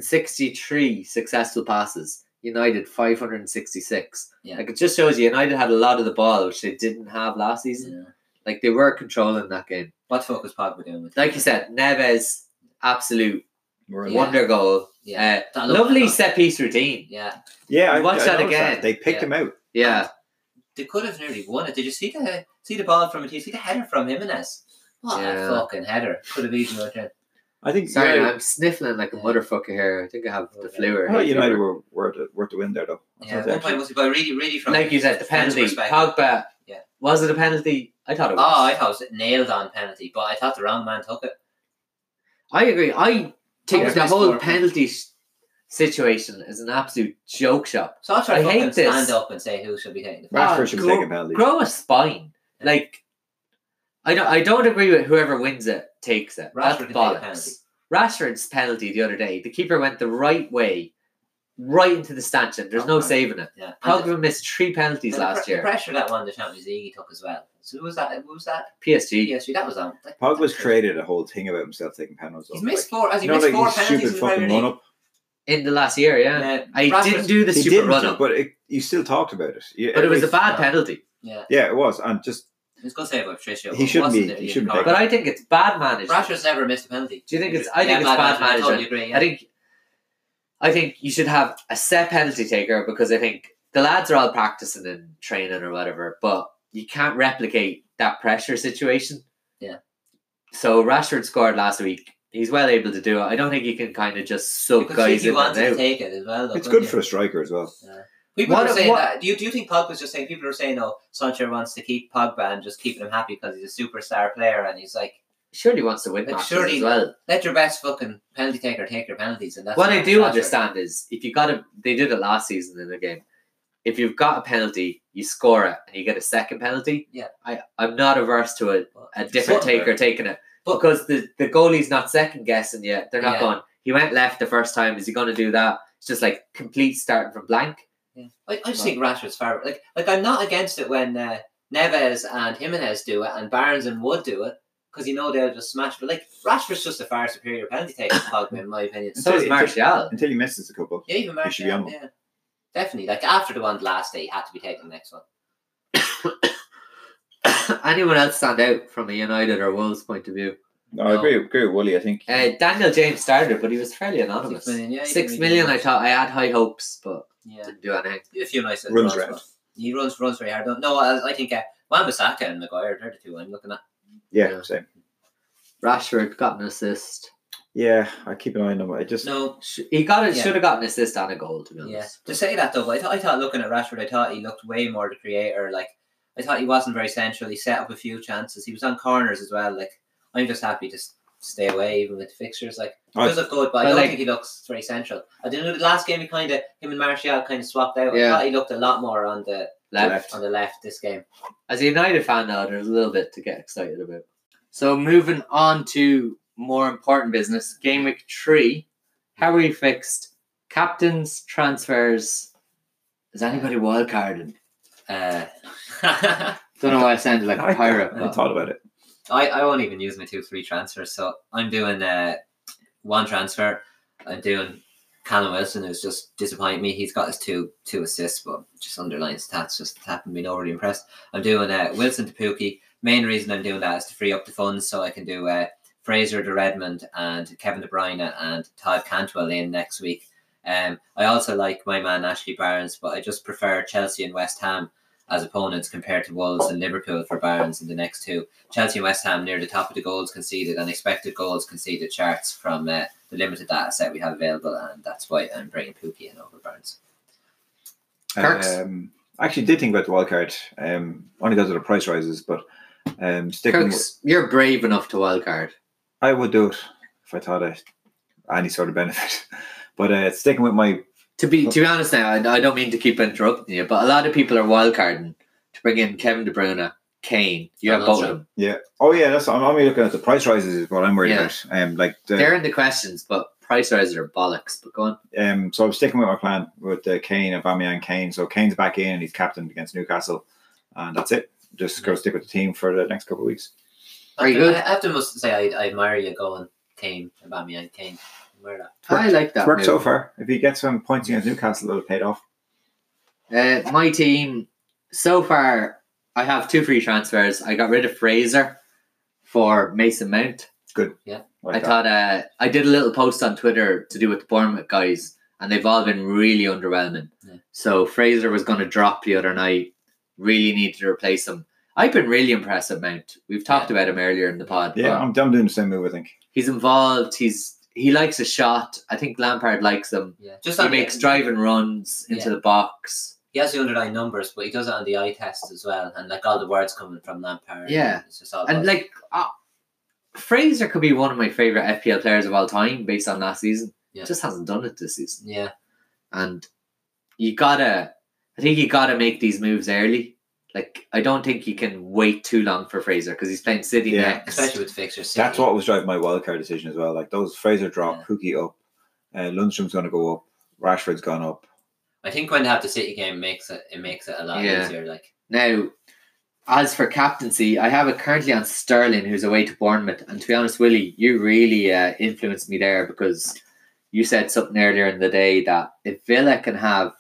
263 successful passes. United, 566. Yeah. Like, it just shows you United had a lot of the ball, which they didn't have last season. Yeah. Like, they were controlling that game. What the fuck was Pogba doing with Like that? you said, Neves, absolute We're in- Yeah. wonder goal. Yeah. Uh, That looked lovely like- set piece routine. Yeah. Yeah, I, Watch I that noticed again. They picked Yeah. him out. Yeah. They could have nearly won it. Did you see the see the ball from it? You see the header from Jimenez? What Yeah. a fucking header. Could have easily went in. I think Sorry, United, I'm sniffling like a motherfucker here. I think I have the Okay. flu. or I thought hay United fever. were worth it- worth the win there though. I Yeah, thought at they one point actually- was but really really from Like you said, the defense penalty. perspective- Pogba. Yeah. Was it a penalty? I thought it was. Oh, I thought it was nailed on penalty, but I thought the wrong man took it. I agree. I think Always the nice whole score. penalty sh- situation is an absolute joke shop. So I'll try I to fucking hate this. stand up and say who should be taking the Wow. penalty. Rashford should be Go- taking penalty. Grow a spine. Like I don't I don't agree with whoever wins it takes it. Rashford That's can take a bollocks. penalty. Rashford's penalty the other day, the keeper went the right way, right into the stanchion. There's no Okay. saving it. Yeah. And the- Pogba missed three penalties and the last pre- year. pressure that won the Champions League he took as well. So who was that? Who was that? PSG. PSG. That was on. That, Pogba's that- created a whole thing about himself taking penalties. He's though. missed four. Has Like, he you know, missed like four his penalties in stupid the Premier fucking League? run up. In the last year, yeah. Uh, I Rashford's- didn't do the He stupid didn't, run up, but it, you still talked about it. Yeah, but it was a every- bad yeah. penalty. Yeah. Yeah, it was, and just It's good save by Patricio. He but shouldn't wasn't be- it? he shouldn't be. But I think it's bad management. Rashford's never missed a penalty. Do you think it's- I Yeah, think it's bad I management. totally agree. I Yeah. think I think you should have a set penalty taker because I think the lads are all practicing and training or whatever, but you can't replicate that pressure situation. Yeah. So Rashford scored last week. He's well able to do it. I don't think you can kind of just sub Because guys he in wanted and to out. take it as well. Though, it's couldn't good you? for a striker as well. People What- are saying what- that. Do you, do you think Pogba's just saying people are saying, oh, Sancho wants to keep Pogba and just keeping him happy because he's a superstar player and he's like, Surely wants to win Like, matches surely- as well. let your best fucking penalty taker take your penalties. And that's what I not do Rashford. understand is if you got a they did it last season in the game. If you've got a penalty, you score it and you get a second penalty. Yeah. I, I'm not averse to it. a different But- taker taking it. but- because the, the goalie's not second guessing yet. They're not Yeah. going, he went left the first time. Is he going to do that? It's just like complete starting from blank. Yeah. I, I just think Rashford's far like like I'm not against it when uh, Neves and Jimenez do it and Barnes and Wood do it because you know they'll just smash. But like Rashford's just a far superior penalty taker to Pogba, in my opinion. So is Martial. Until he misses a couple. Yeah, even He should be Martial, on Yeah, definitely. Like after the one last day, he had to be taking the next one. Anyone else stand out from a United or Wolves point of view? No, I No. agree, agree with Wooly. I think Uh, Daniel James started, but he was fairly anonymous. Six million, yeah, he Six didn't really million, do I much. thought I had high hopes, but Yeah, didn't do anything. He had a few nice little Runs runs, around. but He runs runs very hard. No, I, I think uh, Wan Bissaka and Maguire they're the two I'm looking at. yeah, Yeah. same. Rashford got an assist. Yeah, I keep an eye on him. I just No, Sh- He got it. Yeah. Should have got an assist and a goal. To be yeah. honest, To say that though, I thought I thought looking at Rashford, I thought he looked way more the creator. Like I thought he wasn't very central. He set up a few chances. He was on corners as well. Like I'm just happy to s- stay away even with the fixtures. Like he I- does look good, but I But, don't like- think he looks very central. I didn't know the last game he kind of him and Martial kind of swapped out. Yeah. I thought he looked a lot more on the left. Left. on the left this game. As a United fan now, there's a little bit to get excited about. So moving on to more important business, game week three. How are you fixed? Captains, transfers. Is anybody wild carding? Uh, Don't know why I sounded like I, a pirate. I thought about it. I, I won't even use my two free transfers. So I'm doing uh, one transfer. I'm doing Callum Wilson, who's just disappointed me. He's got his two two assists, but just underlying stats just haven't been overly impressed. I'm doing uh, Wilson to Pookie. Main reason I'm doing that is to free up the funds so I can do uh, Fraser to Redmond and Kevin De Bruyne and Todd Cantwell in next week. Um, I also like my man Ashley Barnes, but I just prefer Chelsea and West Ham as opponents compared to Wolves and Liverpool for Barnes in the next two. Chelsea and West Ham near the top of the goals conceded and expected goals conceded charts from uh, the limited data set we have available, and that's why I'm bringing Pookie in over Burns. Kirks? Um, I actually did think about the wild card. Um, only because of the price rises, but um, sticking. With, Kirk's, you're brave enough to wild card. I would do it if I thought I any sort of benefit. But uh, sticking with my To be to be honest now, I, I don't mean to keep interrupting you, but a lot of people are wild carding to bring in Kevin De Bruyne, Kane. You have I'm not both sure. of them. yeah. Oh yeah, that's I'm only looking at the price rises is what I'm worried Yeah. about. Um, like the, They're in the questions, but price rises are bollocks. But go on. Um, so I'm sticking with my plan with uh, Kane and Bamian Kane. So Kane's back in and he's captained against Newcastle, and that's it. Just go stick with the team for the next couple of weeks. Are you I have to- good? I have to must say I, I admire you going Kane and Bamian Kane. Where that? I like that. It's worked so move. far. If he gets some points against Newcastle, it'll pay it off. Uh, my team so far, I have two free transfers. I got rid of Fraser for Mason Mount. Like I that. thought uh, I did a little post on Twitter to do with the Bournemouth guys, and they've all been really underwhelming. Yeah. So Fraser was going to drop the other night. Really needed to replace him. I've been really impressed with Mount. We've talked about him earlier in the pod. uh, yeah, but I'm, I'm doing the same move. I think. he's involved. He's he likes a shot. I think Lampard likes him. Yeah, just He on the- makes driving runs into Yeah. the box. He has the underlying numbers, but he does it on the eye test as well, and like all the words coming from Lampard. Yeah. it's just all. And about- like uh, Fraser could be one of my favorite FPL players of all time based on last season. Yeah. Just hasn't done it this season. yeah, And you gotta, I think you gotta make these moves early. Like I don't think you can wait too long for Fraser because he's playing City Yeah. next. especially with fixtures. That's City. what was driving my wildcard decision as well. Like those Fraser drop, Yeah. Pookie up, uh, Lundstrom's going to go up, Rashford's gone up. I think when they have the City game makes it it makes it a lot Yeah. easier. Like Now, as for captaincy, I have it currently on Sterling, who's away to Bournemouth. And to be honest, Willie, you really uh, influenced me there because you said something earlier in the day that if Villa can have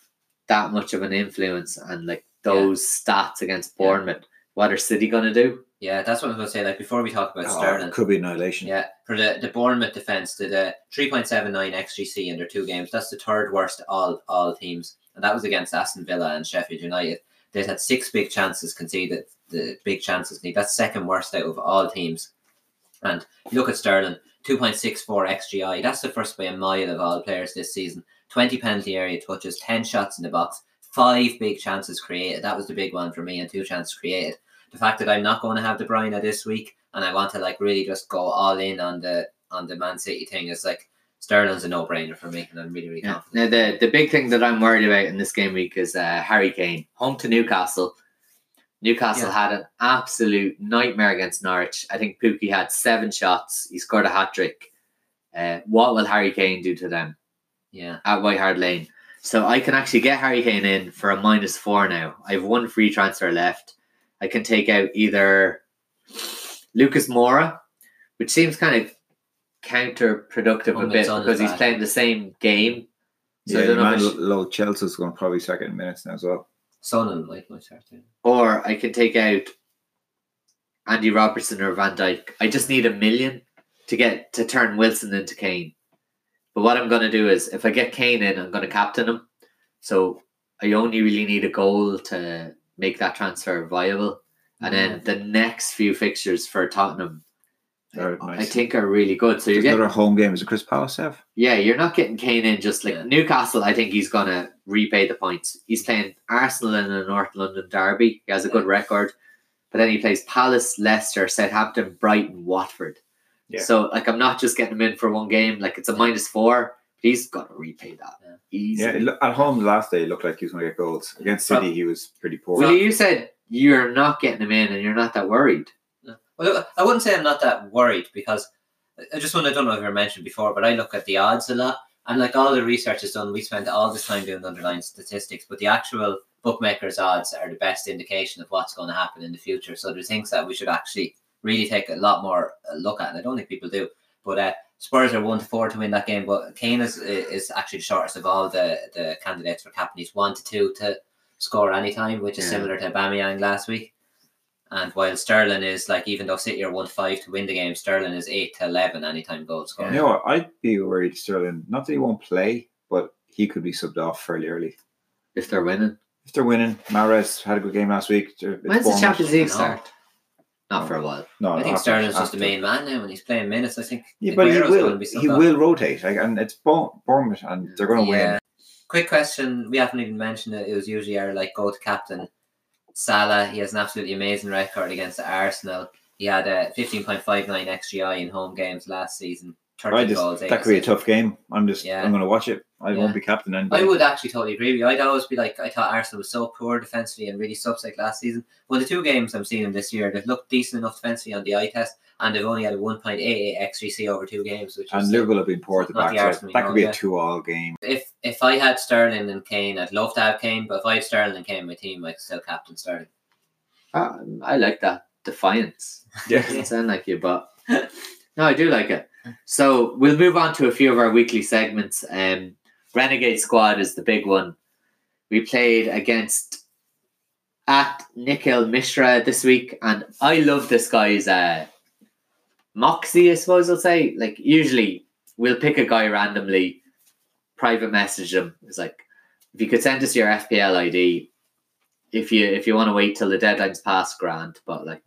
that much of an influence and like those stats against Yeah. Bournemouth, what are City going to do? yeah, that's what I was gonna say. Like before we talk about Oh, Sterling, it could be annihilation. Yeah, for the, the Bournemouth defence, did a 3.79 XGC in their two games. That's the third worst all all teams. And that was against Aston Villa and Sheffield United. They had six big chances conceded, the big chances. conceded. That's second worst out of all teams. And you look at Sterling, 2.64 XGI. That's the first by a mile of all players this season. 20 penalty area touches, 10 shots in the box, five big chances created. That was the big one for me, and two chances created the fact that I'm not going to have De Bruyne this week and I want to like really just go all in on the on the Man City thing is like Sterling's a no brainer for me and I'm really really confident. Now, the, the big thing that I'm worried about in this game week is uh, Harry Kane, home to Newcastle. Newcastle Yeah. had an absolute nightmare against Norwich. I think Pookie had seven shots. He scored a hat trick. Uh, what will Harry Kane do to them Yeah, at White Hart Lane? So I can actually get Harry Kane in for a minus four now. I have one free transfer left. I can take out either Lucas Mora which seems kind of counterproductive a Well, bit it's on his because he's back. playing the same game. So I yeah, don't know if I Emmanuel sh- Lo Chelsea's going to probably start getting minutes now as well. Son and like my start doing. or I can take out Andy Robertson or Van Dyke. I just need a million to get to turn Wilson into Kane. But what I'm gonna do is if I get Kane in, I'm gonna captain him. So I only really need a goal to make that transfer viable. And then the next few fixtures for Tottenham, Very nice. I think, are really good. So you're There's getting another home game. Is it Chris Palace have? yeah, you're not getting Kane in just like Yeah. Newcastle. I think he's gonna repay the points. He's playing Arsenal in a North London derby. He has a good record, but then he plays Palace, Leicester, Southampton, Brighton, Watford. Yeah. So like, I'm not just getting him in for one game. Like it's a minus four. But he's gonna repay that. Yeah. Easy. Yeah, it loo- at home last day, it looked like he was going to get goals. Against Well- City, he was pretty poor. Willie, you said you're not getting him in, and you're not that worried. Well, I wouldn't say I'm not that worried because I just one I don't know if I mentioned before, but I look at the odds a lot, and like all the research is done, we spend all this time doing the underlying statistics, but the actual bookmakers' odds are the best indication of what's going to happen in the future. So there's things that we should actually really take a lot more uh, look at, and I don't think people do. But uh, Spurs are one to four to win that game, but Kane is is actually the shortest of all the the candidates for cap, and he's one to two to score any time, which is Yeah. similar to Aubameyang last week. And while Sterling is like, even though City are one five to win the game, Sterling is eight to eleven anytime goal You scorer. know what? I'd be worried Sterling. Not that he won't play, but he could be subbed off fairly early. If they're winning, If they're winning, Mares had a good game last week. It's when's the Bournemouth. Champions League No. start? Not for a while. No, I think after- Sterling's just after. the main man now, and he's playing minutes. I think Yeah, but he Aguero's will. gonna be subbed he off. will rotate, like, and it's Bour- Bournemouth, and they're going to Yeah. win. Quick question: We haven't even mentioned it. It was usually our like go to captain, Salah. He has an absolutely amazing record against Arsenal. He had a fifteen point five nine xGI in home games last season. Thirty I just goals. eight that could be a assists. tough game. I'm just Yeah. I'm going to watch it. I Yeah. won't be captain anyway. I would actually totally agree with you. I'd always be like, I thought Arsenal was so poor defensively and really subsec last season. Well, the two games I'm seeing them this year, they've looked decent enough defensively on the eye test, and they've only had a 1.88 XGC over two games, which And is Liverpool have been poor at the Not back. the so Arsenal, that no, could be yeah. a two-all game. if if I had Sterling and Kane, I'd love to have Kane, but if I had Sterling and Kane, in my team, I'd still captain Sterling. Ah, I like that defiance. Yeah. Doesn't sound like you, but no, I do like it. So we'll move on to a few of our weekly segments. Um, Renegade Squad is the big one. We played against at Nikhil Mishra this week, and I love this guy's uh, moxie. I suppose I'll say. Like usually, we'll pick a guy randomly, private message him. It's like if you could send us your FPL ID. If you if you want to wait till the deadline's past, grand. But like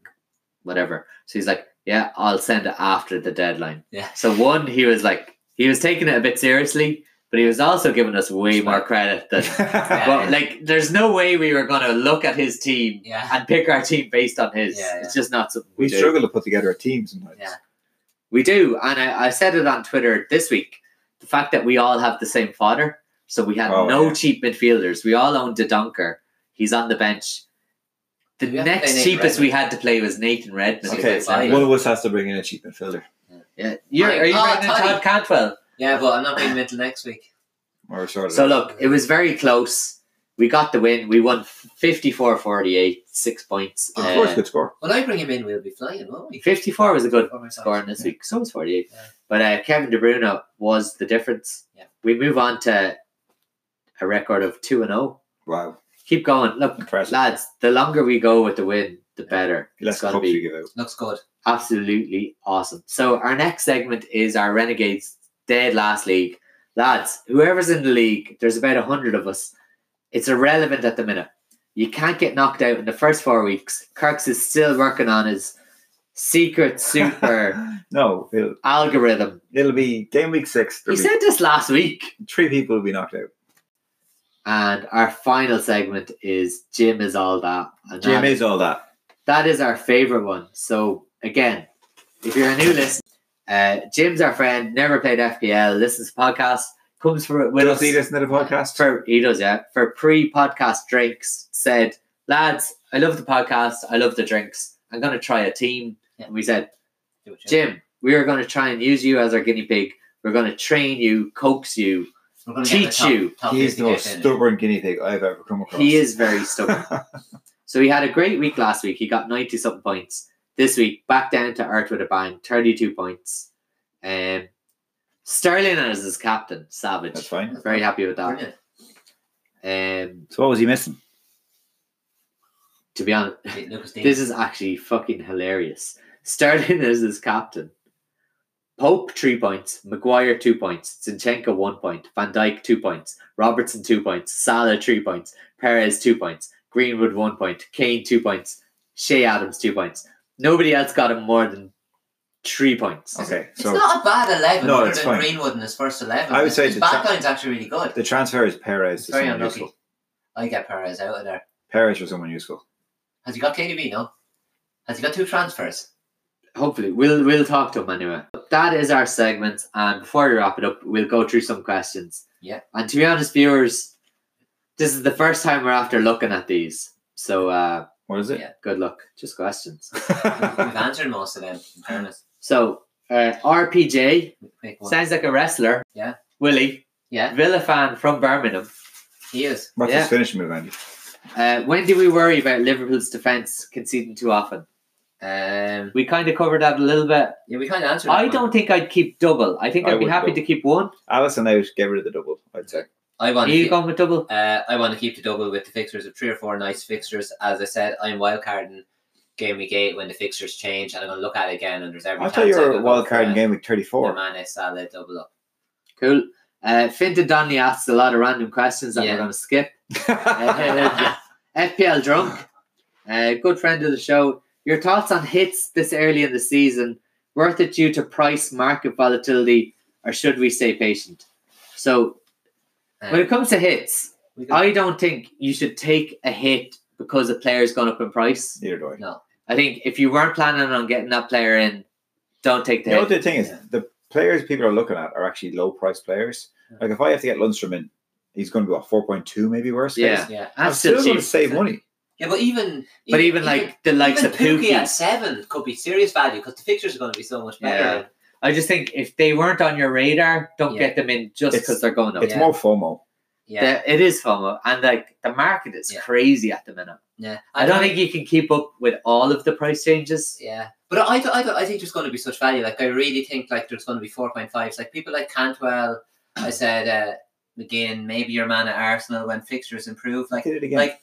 whatever. So he's like, yeah, I'll send it after the deadline. Yeah. So one, he was like, he was taking it a bit seriously, but he was also giving us way more Smart. credit than. Yeah. But like, there's no way we were gonna look at his team Yeah. and pick our team based on his. Yeah, It's just not something we, we do. struggle to put together a team sometimes. Yeah. We do, and I, I said it on Twitter this week. The fact that we all have the same father, so we had Oh, no yeah. cheap midfielders. We all owned Dodonker. He's on the bench. The We had to play next Nathan cheapest we Redmond. had to play was Nathan Redmond. Okay, It's like- fine. One of us has to bring in a cheap midfielder Yeah, you're, Hi. are you Oh, bringing in Toddy. Todd Cantwell? Yeah, but I'm not being middle next week. or sort of. So look, it was very close. We got the win. We won 54-48, six points. of course, Uh, good score. When I bring him in, we'll be flying, won't we? 54 was a good Oh, my God. scoring this week. So was 48. Yeah. But uh, Kevin De Bruyne was the difference. Yeah. We move on to a record of 2 and 0. Wow, Keep going. Look, impressive. lads, the longer we go with the win, the better. Less gonna cups you give out. Looks good. absolutely awesome. So our next segment is our Renegades Dead Last League. Lads, whoever's in the league, there's about a hundred of us. It's irrelevant at the minute. You can't get knocked out in the first four weeks. Kirk's is still working on his secret super no, it'll, algorithm. it'll be game week six. He There'll be said this last week. three people will be knocked out. And our final segment is Jim is all that. And Jim that- is all that. that is our favorite one. So again, if you're a new listener, uh, Jim's our friend, never played FPL, listens to podcasts, comes for with Will us see this in the podcast? for he does yeah for pre-podcast drinks. Said lads, I love the podcast, I love the drinks. I'm gonna try a team, Yeah. and we said Do what you- Jim, we are gonna try and use you as our guinea pig. We're gonna train you, coax you. We're gonna get in the teach top- you. top He is the 50 most guys in. stubborn guinea pig I've ever come across. He is very stubborn. So he had a great week last week. He got 90 something points. this week back down to earth with a bang, 32 points. Um, Sterling as his captain, Savage. That's fine. Very happy with that. Brilliant. Um, So what was he missing? to be honest, Lucas Digne. this is actually fucking hilarious. Sterling is his captain. Pope three points, Maguire two points, Zinchenko one point, Van Dijk two points, Robertson two points, Salah three points, Perez two points, Greenwood one point, Kane two points, Shea Adams two points. Nobody else got him more than three points. Okay, It's so not a bad 11 No, other it's than fine. Greenwood in his first 11. I would His- say his to back Sa- line's actually really good. the transfer is Perez It's to very someone unlucky. useful. I get Perez out of there. Perez or someone useful. Has he got KDB? No. Has he got two transfers? Hopefully, we'll we'll talk to him anyway. That is our segment, and before we wrap it up, we'll go through some questions. Yeah. And to be honest, viewers, this is the first time we're after looking at these, so uh, What is it? Yeah. good luck. Just questions. We've we've answered most of them, in fairness. So uh, RPJ Quick one. sounds like a wrestler. Yeah. Willie, Yeah, Villa fan from Birmingham. he is. What's Yeah. his finishing move, Andy? Uh, when do we worry about Liverpool's defense conceding too often? Um, We kind of covered that a little bit. yeah, we kind of answered. that I one. don't think I'd keep double. I think I I'd be would happy double. to keep one. Allison out, get rid of the double, I'd say. I Are want. you To, going with double? uh, I want to keep the double with the fixtures of three or four nice fixtures. As I said, I'm wildcarding game week eight when the fixtures change, and I'm going to look at it again. And there's every. I thought you were wild card in game week Four. 34. Mane Salah double up. Cool. Uh, Finta Donnelly asks a lot of random questions that Yeah. we're going to skip. Uh, FPL Drunk, uh, good friend of the show. Your thoughts on hits this early in the season? Worth it due to price, market volatility, or should we stay patient? So, Um, when it comes to hits, we got- I don't think you should take a hit because a player's gone up in price. Neither do I. I think if you weren't planning on getting that player in, don't take the You know what hit. the thing is? Yeah. The players people are looking at are actually low price players. Like if I have to get Lundstrom in, he's going to be what, 4.2 maybe worse? Yeah. yeah, That's I'm still going cheap. to save money. yeah, but even But even like the likes even of Pookie, at seven could be serious value because the fixtures are going to be so much better. Yeah. I just think if they weren't on your radar, don't Yeah. get them in just It's- because they're going up. It's Yeah. more FOMO. yeah. Yeah. it is FOMO, and like the market is Yeah. crazy at the minute. Yeah, I don't think you can keep up with all of the price changes. Yeah, but I, do- I, do- I think there's going to be such value. Like I really think like there's going to be four point fives. Like people like Cantwell, I said uh, again, maybe your man at Arsenal when fixtures improve. Like Did it again. like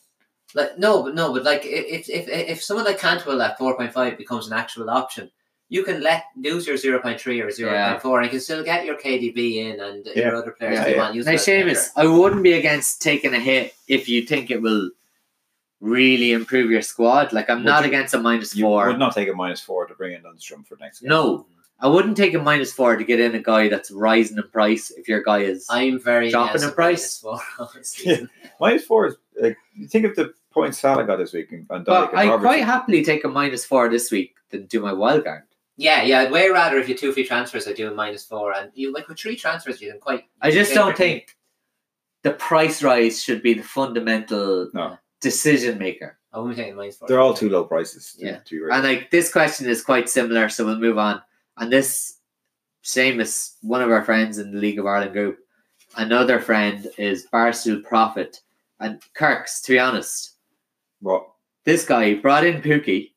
like no, but no, but like i- if if if someone like Cantwell at four point five becomes an actual option. You can let lose your zero point three or zero point four, and you can still get your KDB in and Yeah. your other players Yeah, you yeah. want. Use Now, them as a Seamus, I wouldn't be against taking a hit if you think it will really improve your squad. Like I'm Would not you- against a minus you four. would not take a minus four to bring in Lundstrom for next game. player. No, I wouldn't take a minus four to get in a guy that's rising in price if your guy is. I'm very Dropping the price. for Yeah. Minus four is like you think of the points Salah got this week and, But and Dominic and I Robertson. quite happily take a minus four this week than do my wild card. Yeah, yeah. I'd way rather if your two free transfers are doing minus four, and you like with three transfers, you can quite. I just Yeah. don't think the price rise should be the fundamental No. decision maker. I wouldn't take minus four. They're all too low prices. To, Yeah. to be right. And like this question is quite similar, so we'll move on. And this Seamus, one of our friends in the League of Ireland group, another friend is Barstool Profit and Kirk's. To be honest, Well, this guy brought in Pookie,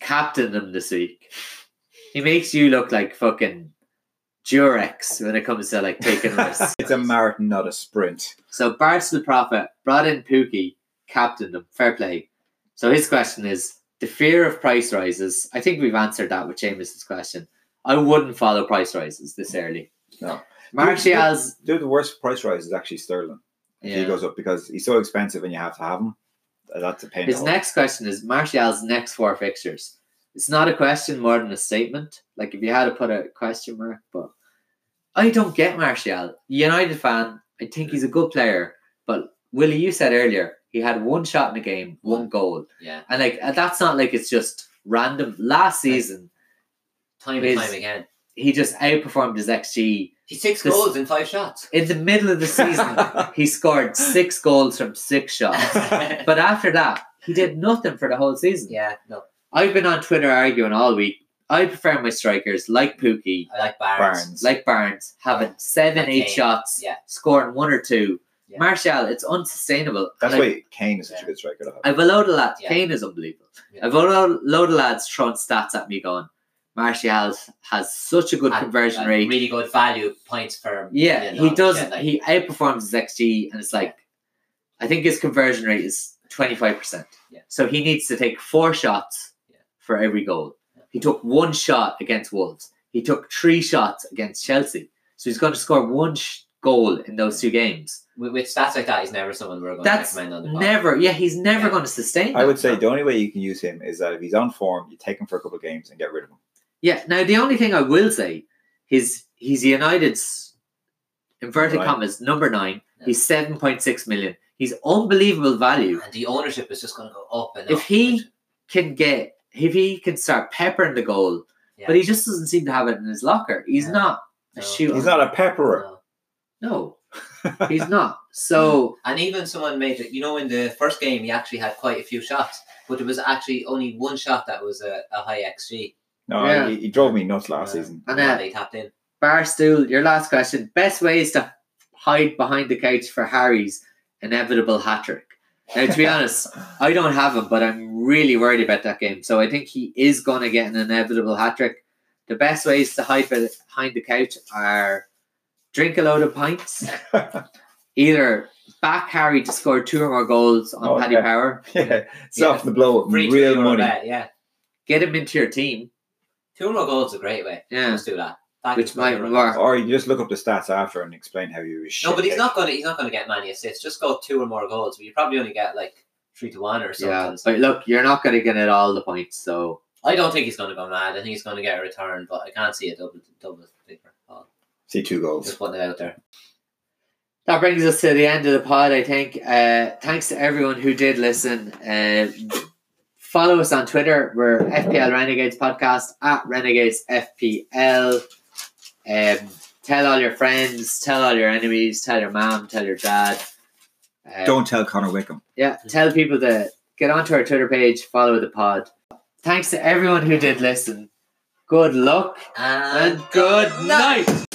captained him this week. He makes you look like fucking Durex when it comes to like taking risks. it's a marathon, not a sprint. So Barstool Prophet brought in Pookie, captained them. Fair play. So his question is the fear of price rises. I think we've answered that with Seamus's question. I wouldn't follow price rises this early. No. Martial's They're the worst price rise is actually Sterling. If He yeah. goes up because he's so expensive and you have to have him. Uh, That's a pain. in his the next question is Martial's next four fixtures. It's not a question more than a statement. Like if you had to put a question mark, but I don't get Martial. United fan, I think he's a good player. But Willie, you said earlier he had one shot in the game, one goal. Yeah, And like uh, that's not like it's just random. Last season, time Is- and time again. he just outperformed his XG. He's six This- goals in five shots. In the middle of the season, he scored six goals from six shots. yeah, But after that, he did nothing for the whole season. no, I've been on Twitter arguing all week. I prefer my strikers like Pookie, I like Barnes. Barnes. like Barnes, having seven, Like eight Kane, shots, yeah. scoring one or two, Yeah. Martial, it's unsustainable. That's And I- why Kane is such a good striker. To have. I've a load of lads. Yeah. Kane is unbelievable. Yeah. I've a lo- load of lads throwing stats at me going, Martial has such a good And- conversion and rate. Uh, Really good value points per. yeah, million he dollars. does. Yeah, like- he outperforms his XG, and it's like, I think his conversion rate is twenty five percent. Yeah. So he needs to take four shots Yeah. for every goal. Yeah. He took one shot against Wolves. He took three shots against Chelsea. So he's going to score one sh- goal in those two games. with, with stats like that, he's never someone we're going That's to recommend on the podcast. Never, yeah, he's never Yeah. going to sustain. I that. would say the only way you can use him is that if he's on form, you take him for a couple of games and get rid of him. Yeah. Now the only thing I will say is he's United's inverted Right. commas number nine. Yeah. He's seven point six million. He's unbelievable value. And the ownership is just going to go up and If up. he- which- Can get if he can start peppering the goal, Yeah. but he just doesn't seem to have it in his locker. He's Yeah. not a No. shooter. He's not a pepperer. No. No, he's not. So And even someone made it, you know, in the first game, he actually had quite a few shots, but there was actually only one shot that was a, a high XG. No, Yeah. he, he drove me nuts last Yeah. season. and uh, and then they tapped in. Barstool, your last question: best ways to hide behind the couch for Harry's inevitable hat trick. Now, to be honest, I don't have him, but I'm really worried about that game. So I think he is going to get an inevitable hat trick. The best ways to hide be- behind the couch are drink a load of pints, either back Harry to score two or more goals on Oh, Paddy yeah. Power, yeah, soften the blow, Free to real euro money. bet, yeah. get him into your team, Two euro goals is a great way. yeah, Let's do that. Back which to back might euro. work. Or you just look up the stats after and explain how you. was No, but he's shit. not going to. He's not going to get many assists. Just go two or more goals, but you probably only get like three to one or something. Yeah, but look, you're not going to get it all the points, so I don't think he's going to go mad. I think he's going to get a return, but I can't see a double double figure. Oh, See two goals. just putting it out there. that brings us to the end of the pod i think uh, thanks to everyone who did listen uh, follow us on twitter we're fpl renegades podcast at renegades fpl um, tell all your friends tell all your enemies tell your mom tell your dad uh, Don't tell Connor Wickham. yeah, tell people to get onto our Twitter page, follow the pod. Thanks to everyone who did listen. Good luck And and good night.